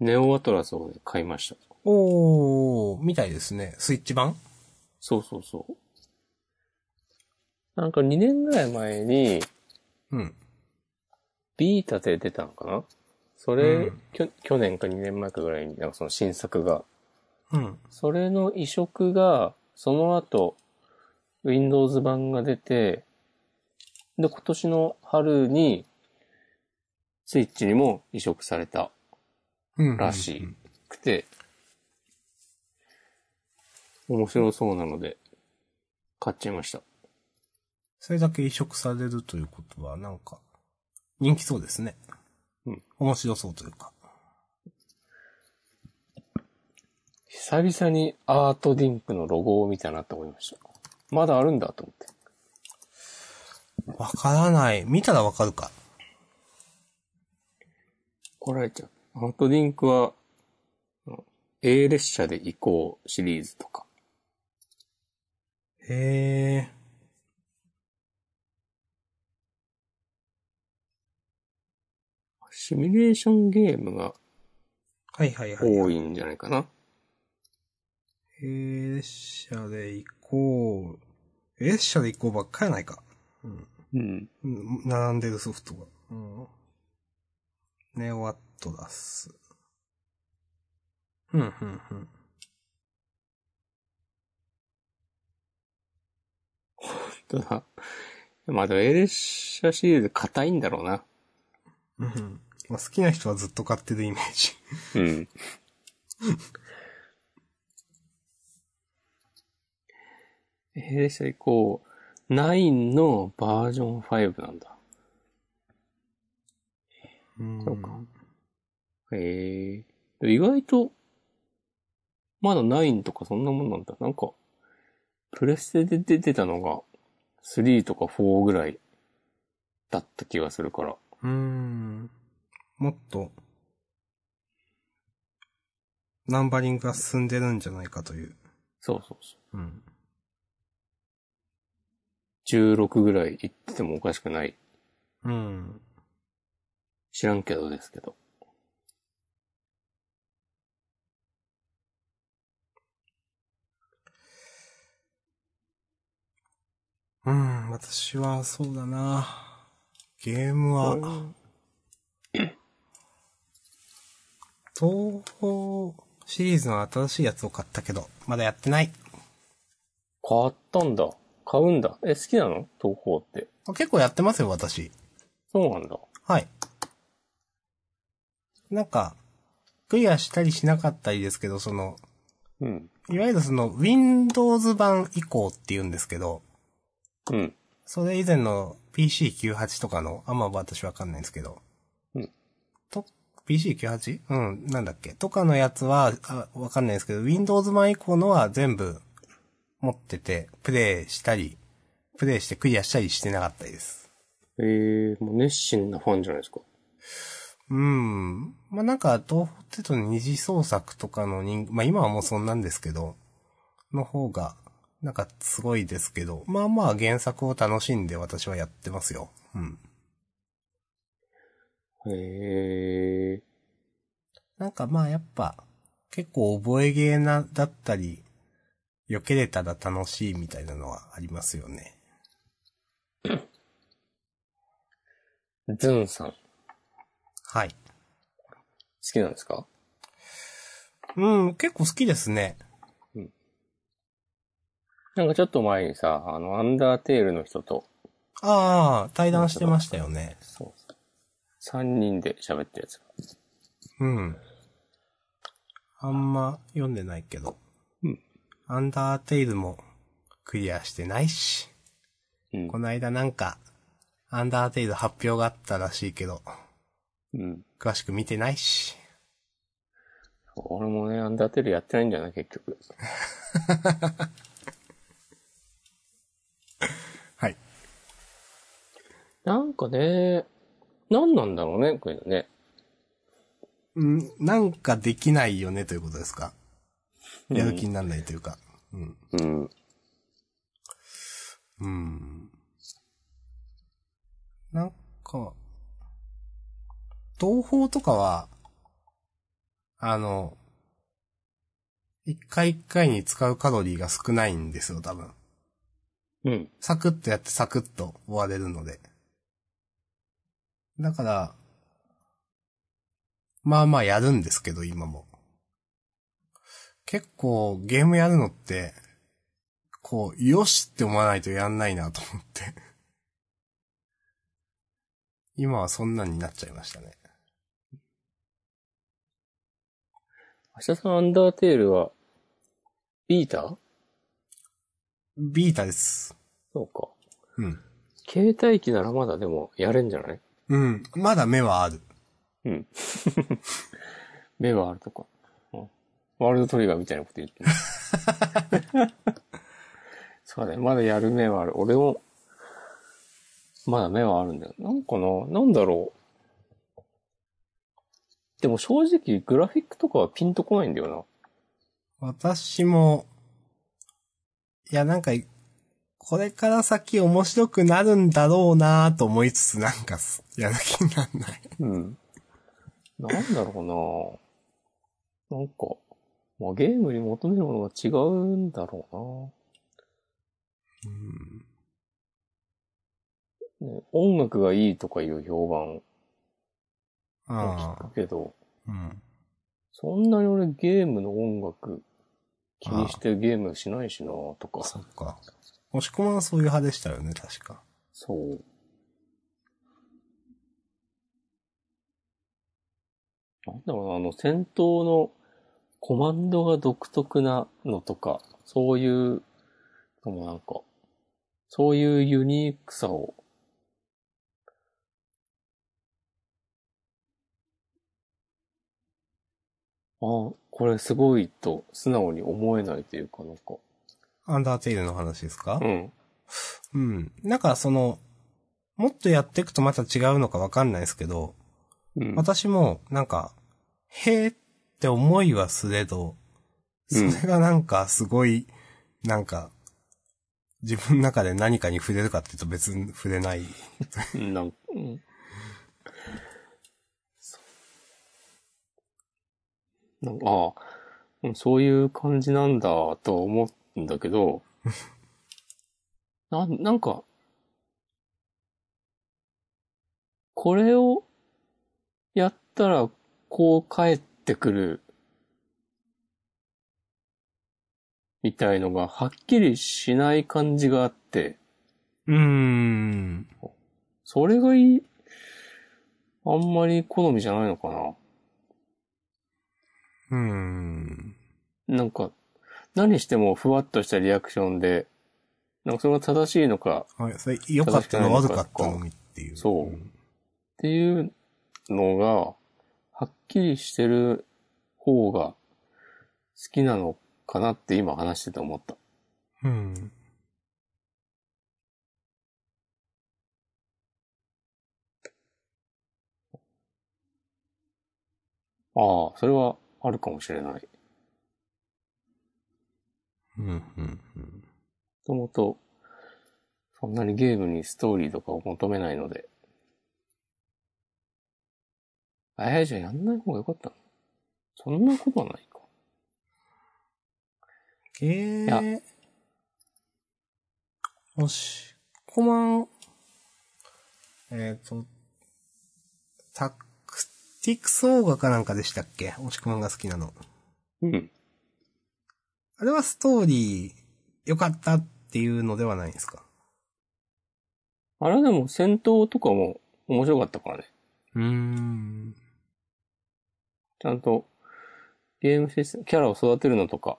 S1: ネオアトラスをね、買いました。
S2: おー、みたいですね。スイッチ版
S1: そうそうそう。なんか2年ぐらい前に、
S2: うん。
S1: ビータで出たのかなそれ、
S2: うん
S1: きょ去年か2年前かぐらいに、なんかその新作が。
S2: うん。
S1: それの移植が、その後、Windows 版が出て、で、今年の春に、スイッチにも移植された
S2: うん。
S1: らしくて、面白そうなので、買っちゃいました。
S2: それだけ移植されるということは、なんか、人気そうですね。
S1: うん。
S2: 面白そうというか。
S1: 久々にアートディンクのロゴを見たなと思いました。まだあるんだと思って。
S2: わからない。見たらわかるか。
S1: 怒られちゃう。アートディンクは、A 列車で行こうシリーズとか。
S2: へえ。
S1: シミュレーションゲームが
S2: はいはいはい。
S1: 多いんじゃないかな。
S2: えー、列車で行こう。列車で行こうばっかやないか。
S1: うん。
S2: うん並んでるソフトが。ネオアットラス。うん、うん、うん。
S1: ただ、まあでも A 列車シリーズ硬いんだろうな。
S2: うんうんまあ、好きな人はずっと買ってるイメー ジ。
S1: うん。A 列車以降、9のバージョン5なんだ。
S2: うん
S1: そうか。へえ。意外と、まだ9とかそんなもんなんだ。なんか、プレステで出てたのが3とか4ぐらいだった気がするから。
S2: うん。もっと、ナンバリングが進んでるんじゃないかという。
S1: そうそうそう。
S2: うん。
S1: 16ぐらい行っててもおかしくない。
S2: うん。
S1: 知らんけどですけど。
S2: うん、私はそうだな。ゲームは、東宝シリーズの新しいやつを買ったけど、まだやってない。
S1: 買ったんだ。買うんだ。え、好きなの東宝って。
S2: あ結構やってますよ、私。
S1: そうなんだ。
S2: はい。なんか、クリアしたりしなかったりですけど、その、
S1: うん。
S2: いわゆるその、Windows 版以降って言うんですけど、
S1: うん。
S2: それ以前の PC98 とかの、あんま私わかんないんですけど。
S1: うん。
S2: と、PC98? うん、なんだっけとかのやつは、あわかんないですけど、Windows 版以降のは全部持ってて、プレイしたり、プレイしてクリアしたりしてなかったです。
S1: えー、もう熱心なファンじゃないですか。
S2: うん。まあ、なんか、東宝ってと二次創作とかの人、まあ、今はもうそんなんですけど、の方が、なんかすごいですけど、まあまあ原作を楽しんで私はやってますよ。うん。
S1: え
S2: なんかまあやっぱ、結構覚えゲーな、だったり、避けれたら楽しいみたいなのはありますよね。
S1: ー、ズンさん、好
S2: はい。
S1: きなんですか
S2: うん、結構好きですね。
S1: なんかちょっと前にさ、あの、アンダーテールの人と、
S2: ああ、対談してましたよね。
S1: そう。三人で喋ったやつが。
S2: うん。あんま読んでないけど。
S1: うん。
S2: アンダーテイルもクリアしてないし。
S1: うん
S2: こ。の間なんか、アンダーテイル発表があったらしいけど、
S1: うん。
S2: 詳しく見てないし。
S1: 俺もね、アンダーテールやってないんだよな、結局。
S2: はい。
S1: なんかね、何なんだろうね、こういうのね。
S2: うん、なんかできないよねということですかやる気にならないというか。うん。
S1: うん。
S2: うん。なんか、同胞とかは、あの、一回一回に使うカロリーが少ないんですよ、多分。
S1: うん。
S2: サクッとやってサクッと終われるので。だから、まあまあやるんですけど、今も。結構ゲームやるのって、こう、よしって思わないとやんないなと思って。今はそんなんになっちゃいましたね。
S1: 明日さん、アンダーテールは、ビーター
S2: ビータです。
S1: そうか。
S2: うん。
S1: 携帯機ならまだでもやれんじゃない
S2: うん。まだ目はある。
S1: うん。目はあるとか。うんワールドトリガーみたいなこと言ってる。 そうだね。まだやる目はある。俺も、まだ目はあるんだよ。なんかな、なんだろう。でも正直、グラフィックとかはピンとこないんだよ
S2: 私も、いや、なんか、これから先面白くなるんだろうなと思いつつ、なんかす、やる気になんない。
S1: うん。なんだろうななんか、まあ、ゲームに求めるものが違うんだろ
S2: うん。
S1: うな、ね、音楽がいいとかいう評判を
S2: あ
S1: 聞くけど、
S2: あ。うん。
S1: そんなに俺ゲームの音楽気にしてゲームしないしなとか。
S2: そっか。押し込まはそういう派でしたよね、確か。
S1: そう。なんだろうな、あの、戦闘のコマンドが独特なのとか、そういうのもなんか、そういうユニークさを、あ、これすごいと素直に思えないというかなんか。
S2: アンダーテイルの話ですか
S1: うん。
S2: うん。なんかその、もっとやっていくとまた違うのかわかんないですけど、
S1: うん。
S2: 私もなんか、へーって思いはすれど、そ
S1: うん
S2: れがなんかすごい、なんか、自分の中で何かに触れるかって言うと別に触れない。
S1: なんうん。そうなんか、ああうん、そういう感じなんだと思うんだけど、 なん、なんか、これをやったらこう帰ってくるみたいのがはっきりしない感じがあって、
S2: うーん。
S1: それがいい、あんまり好みじゃないのか
S2: うーん。
S1: な。なんか、何してもふわっとしたリアクションで、なんかそれが正しいのか
S2: あそれ、良かったの悪かったのにっていう。
S1: そう
S2: うん
S1: っていうのが、はっきりしてる方が好きなのかなって今話してて思った。
S2: うん。
S1: ああ、それはあるかもしれない。
S2: うん。うん。うん
S1: もともと、そんなにゲームにストーリーとかを求めないので。えー、じゃあやんない方がよかったのそんなことはないか。
S2: え
S1: いや
S2: えー。よし、こまん、えっ、と、タクティクスオーガかなんかでしたっけ押し込まんが好きなの。
S1: うん。
S2: あれはストーリー、良かったっていうのではないですか
S1: あれでも戦闘とかも面白かったからね。
S2: うーん。
S1: ちゃんとゲームシステム、キャラを育てるのとか、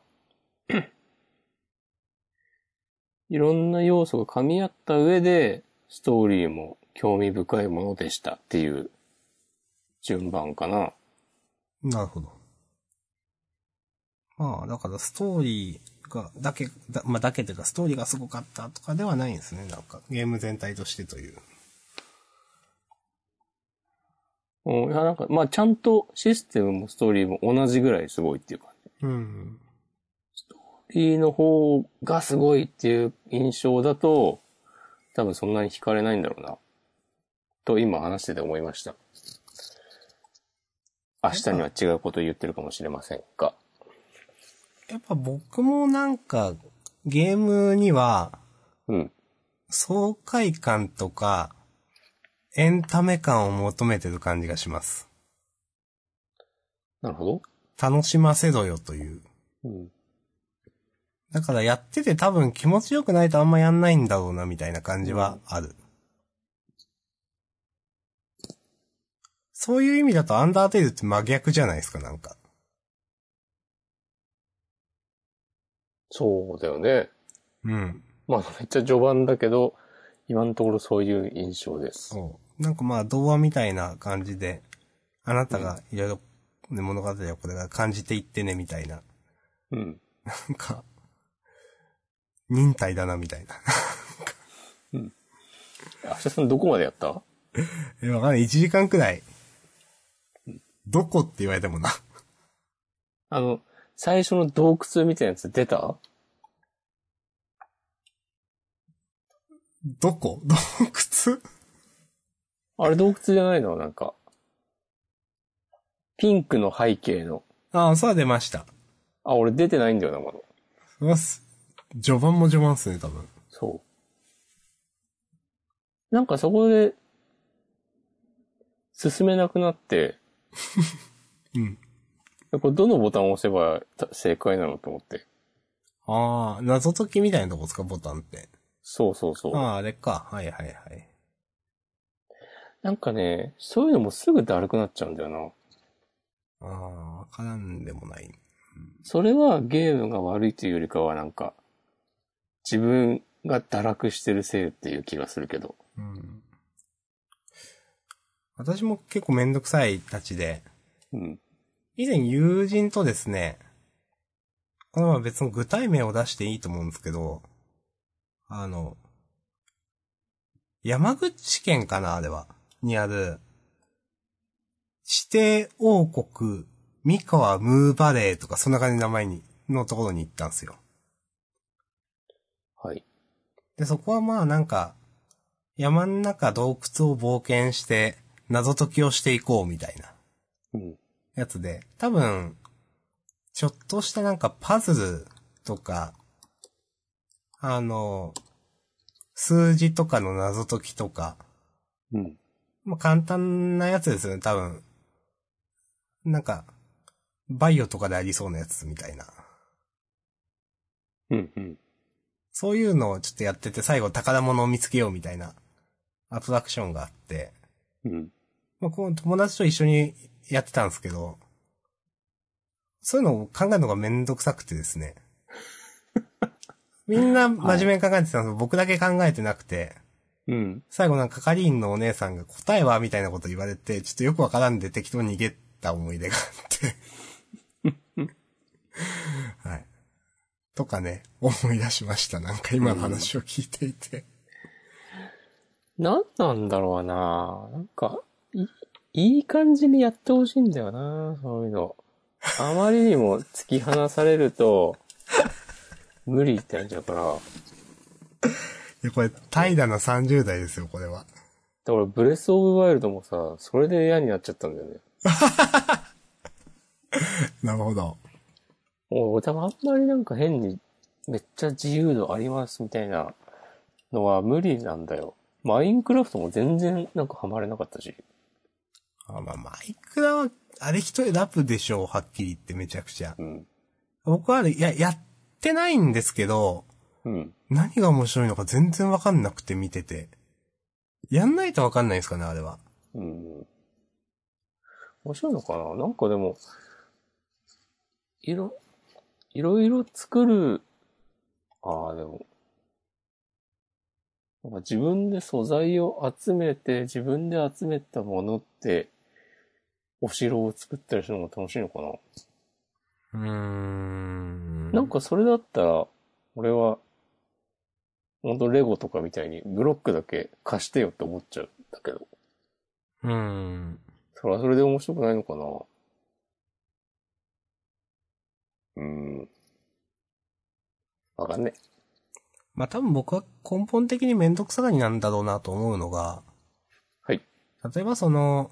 S1: いろんな要素が噛み合った上で、ストーリーも興味深いものでしたっていう順番かな。
S2: なるほど。まあ、だからストーリーが、だけ、だまあ、だけというか、ストーリーがすごかったとかではないんですね。なんか、ゲーム全体としてという。
S1: うん、いや、なんか、まあ、ちゃんとシステムもストーリーも同じぐらいすごいっていうか、
S2: うん。
S1: ストーリーの方がすごいっていう印象だと、多分そんなに惹かれないんだろうな。と今話してて思いました。明日には違うことを言ってるかもしれませんが。
S2: やっぱ僕もなんか、ゲームには、
S1: うん。
S2: 爽快感とか、エンタメ感を求めてる感じがします。
S1: なるほど。
S2: 楽しませろよという。
S1: うん。
S2: だからやってて多分気持ちよくないとあんまやんないんだろうなみたいな感じはある。そういう意味だとアンダーテイルって真逆じゃないですか、なんか。
S1: そうだよね。
S2: うん。
S1: まあ、めっちゃ序盤だけど、今のところそういう印象です。
S2: そう。なんかまあ、童話みたいな感じで、あなたがいろいろ、ね、物語をこれから感じていってね、みたいな。
S1: うん。
S2: なんか、忍耐だな、みたいな。
S1: 明日さんどこまでやった
S2: え、わかんない。1時間くらい。どこって言われてもな。
S1: あの、最初の洞窟みたいなやつ出た
S2: どこ洞窟
S1: あれ洞窟じゃないのなんか。ピンクの背景の。
S2: ああ、さあ出ました。
S1: あ、俺出てないんだよな、まだ。
S2: うわす。序盤も序盤っすね、多分。
S1: そう。なんかそこで、進めなくなって、
S2: うん。
S1: これどのボタンを押せば正解なのと思って。
S2: ああ、謎解きみたいなとこですか、ボタンって。
S1: そうそうそう。
S2: ああ、あれか。はいはいはい。
S1: なんかね、そういうのもすぐだるくなっちゃうんだよな。
S2: ああ、わからんでもない。
S1: それはゲームが悪いというよりかはなんか、自分が堕落してるせいっていう気がするけど。
S2: うん。私も結構めんどくさいたちで、
S1: うん。
S2: 以前友人とですね、これは別の具体名を出していいと思うんですけど、あの、山口県かなあれは、にある、指定王国、三河ムーバレーとか、そんな感じの名前に、のところに行ったんですよ。
S1: はい。
S2: で、そこはまあなんか、山の中洞窟を冒険して、謎解きをしていこうみたいな。
S1: うん。
S2: やつで、多分、ちょっとしたなんかパズルとか、あの、数字とかの謎解きとか、
S1: うん。
S2: まあ、簡単なやつですよね、多分。なんか、バイオとかでありそうなやつみたいな。
S1: うん。うん。
S2: そういうのをちょっとやってて、最後宝物を見つけようみたいなアトラクションがあって、
S1: うん。
S2: まあ、この友達と一緒にやってたんですけど、そういうのを考えるのがめんどくさくてですね。みんな真面目に考えてたの、僕だけ考えてなくて、
S1: うん。
S2: 最後なんか係員のお姉さんが答えはみたいなこと言われて、ちょっとよくわからんで適当に逃げた思い出があって。はい。とかね、思い出しました。なんか今の話を聞いていて。
S1: なんなんだろうななんか、いいい感じにやってほしいんだよなそういうの。あまりにも突き放される と、無理ってなっちゃうから。
S2: いや、これ、怠惰な30代ですよ、これは。
S1: だから、ブレスオブワイルドもさ、それで嫌になっちゃったんだよね。
S2: なるほど。
S1: もう、多分あんまりなんか変に、めっちゃ自由度ありますみたいなのは無理なんだよ。マインクラフトも全然なんかハマれなかったし。
S2: あまあ、マイクラは、あれ一人ラップでしょう、はっきり言ってめちゃくちゃ。
S1: うん。
S2: 僕はあれ、いや、やってないんですけど、
S1: うん。
S2: 何が面白いのか全然わかんなくて見てて。やんないとわかんないですかね、あれは。
S1: うん。面白いのかななんかでも、いろ、いろいろ作る、ああ、でも、なんか自分で素材を集めて、自分で集めたものって、お城を作ったりするのも楽しいのかな
S2: うーん
S1: なん、かそれだったら、俺は、ほんとレゴとかみたいにブロックだけ貸してよって思っちゃうんだけど、
S2: うーん。
S1: それはそれで面白くないのかなうん。わかんね
S2: まあ、多分僕は根本的にめんどくさがりなんだろうなと思うのが、
S1: はい。
S2: 例えばその、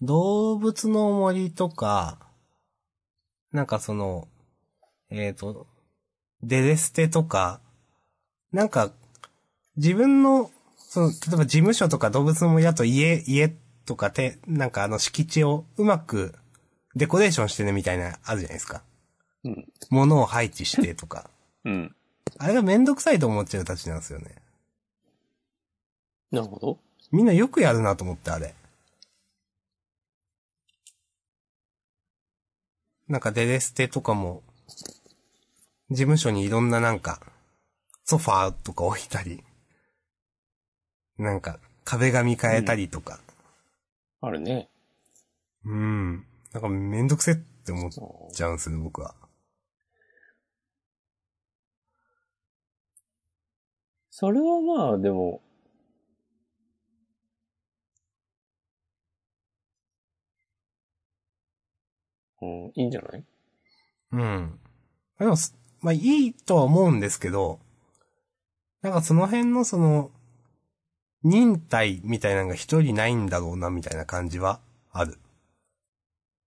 S2: 動物の森とか、なんかその、えっ、と、デレステとか、なんか、自分の、その、例えば事務所とか動物の森だと家、家とかて、なんかあの敷地をうまくデコレーションしてねみたいな、あるじゃないですか。
S1: え。うん。
S2: 物を配置してとか。
S1: うん。
S2: あれがめんどくさいと思っちゃうたちなんですよね。
S1: なるほど。
S2: みんなよくやるなと思って、あれ。なんかデレステとかも、事務所にいろんななんか、ソファーとか置いたり、なんか壁紙変えたりとか。
S1: あるね。
S2: うん。なんかめんどくせって思っ
S1: そう
S2: ちゃうんですよ、僕は。
S1: それはまあ、でも、うん、いいんじゃない
S2: うん。でもす、まあいいとは思うんですけど、なんかその辺のその、忍耐みたいなのが一人ないんだろうな、みたいな感じはある。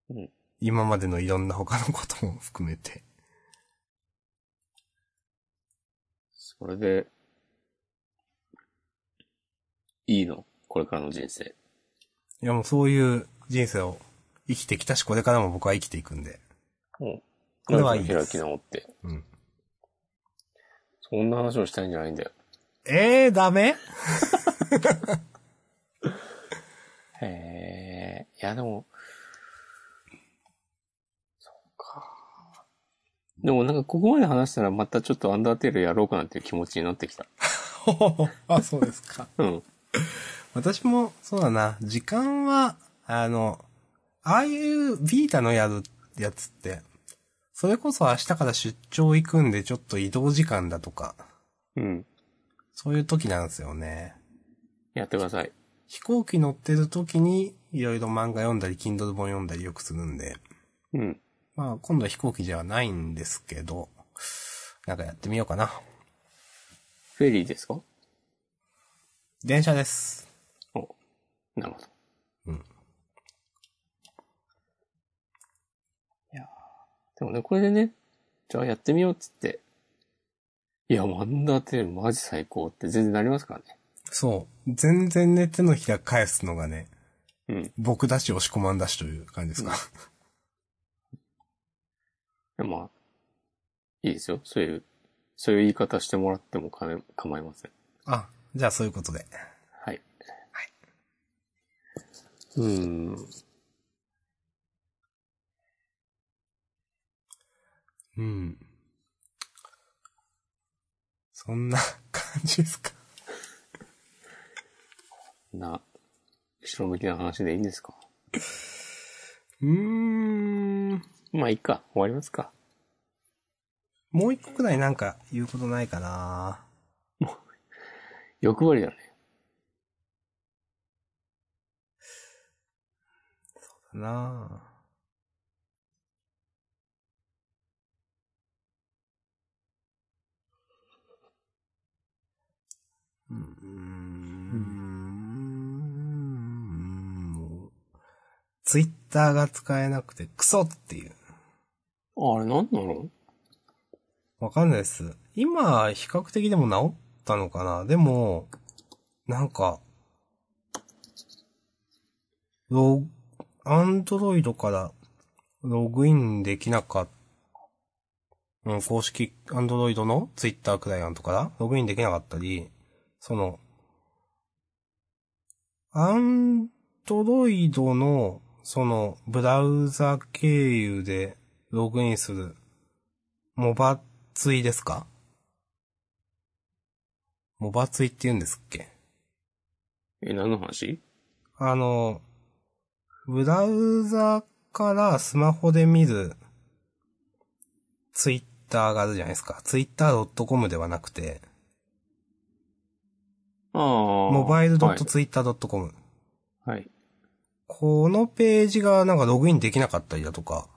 S1: うん
S2: 今までのいろんな他のことも含めて。
S1: それで、いいのこれからの人生。
S2: いやもうそういう人生を生きてきたし、これからも僕は生きていくんで。
S1: うん。
S2: これはいいで
S1: 開
S2: す
S1: き直って。
S2: うん。
S1: そんな話をしたいんじゃないんだよ。
S2: ええー、ダメ
S1: へえ。いや、でも、そうか。でもなんかここまで話したらまたちょっとアンダーテールやろうかなっていう気持ちになってきた。
S2: あ、そうですか。
S1: うん。
S2: 私も、そうだな、時間は、あの、ああいうビータのやるやつって、それこそ明日から出張行くんでちょっと移動時間だとか、
S1: うん。
S2: そういう時なんですよね。
S1: やってください。
S2: 飛行機乗ってる時に、いろいろ漫画読んだり、Kindle 本読んだりよくするんで、
S1: うん。
S2: まあ今度は飛行機じゃないんですけど、なんかやってみようかな。
S1: フェリーですか
S2: 電車です。
S1: おなるほど。
S2: うん
S1: いやーでもね、これでね、じゃあやってみようっつって、いや、ワンダーテールマジ最高って全然なりますからね。
S2: そう。全然ね、手のひら返すのがね、
S1: うん。
S2: 僕だし押し込まんだしという感じですか。
S1: でまあ、いいですよ。そういう、そういう言い方してもらってもかめ構いません。
S2: あ、じゃあそういうことで。
S1: はい。うーん。
S2: うん。そんな感じですか。
S1: な、後ろ向きな話でいいんですか
S2: うーん。
S1: まあ、いいか。終わりますか。
S2: もう一個くらいなんか言うことないかな
S1: 欲張りだね。
S2: なあうーん。もうツイッターが使えなくてクソっていう。
S1: ああれなんなの
S2: わかんないです。今、比較的でも治ったのかなでも、なんか、ロアンドロイドからログインできなかった、うん、公式アンドロイドのツイッタークライアントからログインできなかったり、その、アンドロイドの、その、ブラウザ経由でログインするモバツイですかモバツイって言うんですっけ
S1: え、何の話
S2: あの、ブラウザからスマホで見るツイッターがあるじゃないですか。ツイッター .com ではなくて、
S1: ああ。
S2: モバイル
S1: はい
S2: .twitter.com。
S1: はい。
S2: このページがなんかログインできなかったりだとか、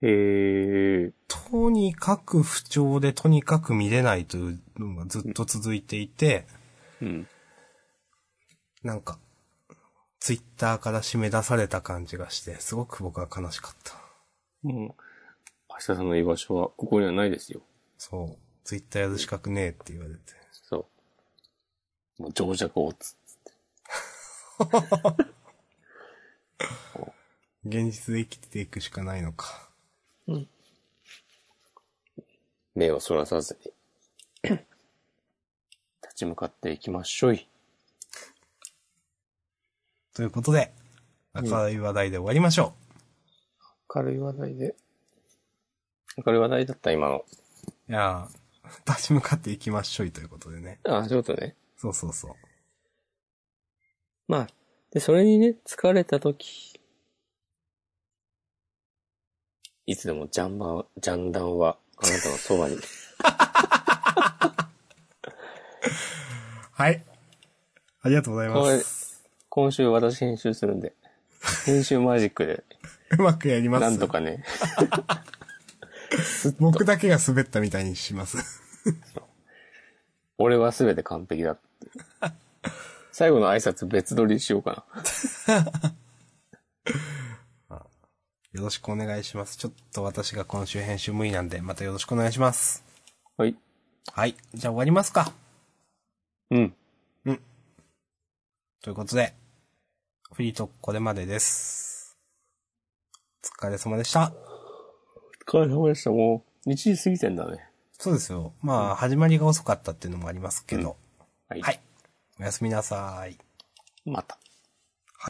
S1: へえ。
S2: とにかく不調でとにかく見れないというのがずっと続いていて、
S1: うん。
S2: なんか、ツイッターから締め出された感じがして、すごく僕は悲しかった。
S1: もう、明日さんの居場所はここにはないですよ。
S2: そう。ツイッターやる資格ねえって言われて。
S1: そう。もう、情弱をつ。
S2: 現実で生きていくしかないのか。
S1: 目をそらさずに。 立ち向かっていきましょい。
S2: ということで、明るい話題で終わりましょ
S1: 明るい話題で。明るい話題だった、今の。
S2: う。いやー、立ち向かっていきましょいということでね。
S1: あ、そういうことね。
S2: そうそうそう。
S1: まあ、で、それにね、疲れたとき、いつでもジャンバン、ジャンダンは、あなたのそばに。
S2: はい。ありがとうございます。
S1: 今週私編集するんで、編集マジックで、
S2: うまくやります。
S1: なんとかね、
S2: 僕だけが滑ったみたいにします。
S1: 俺は全て完璧だ。最後の挨拶別撮りしようかな。
S2: よろしくお願いします。ちょっと私が今週編集無理なんで、またよろしくお願いします。
S1: はい。
S2: はい。じゃあ終わりますか。
S1: うん。
S2: ということで、フリートークこれまでです。お疲れ様でした。
S1: お疲れ様でした。もう、日時過ぎてんだね。
S2: そうですよ。まあ、始まりが遅かったっていうのもありますけど。
S1: はい。
S2: はい。おやすみなさい。
S1: また。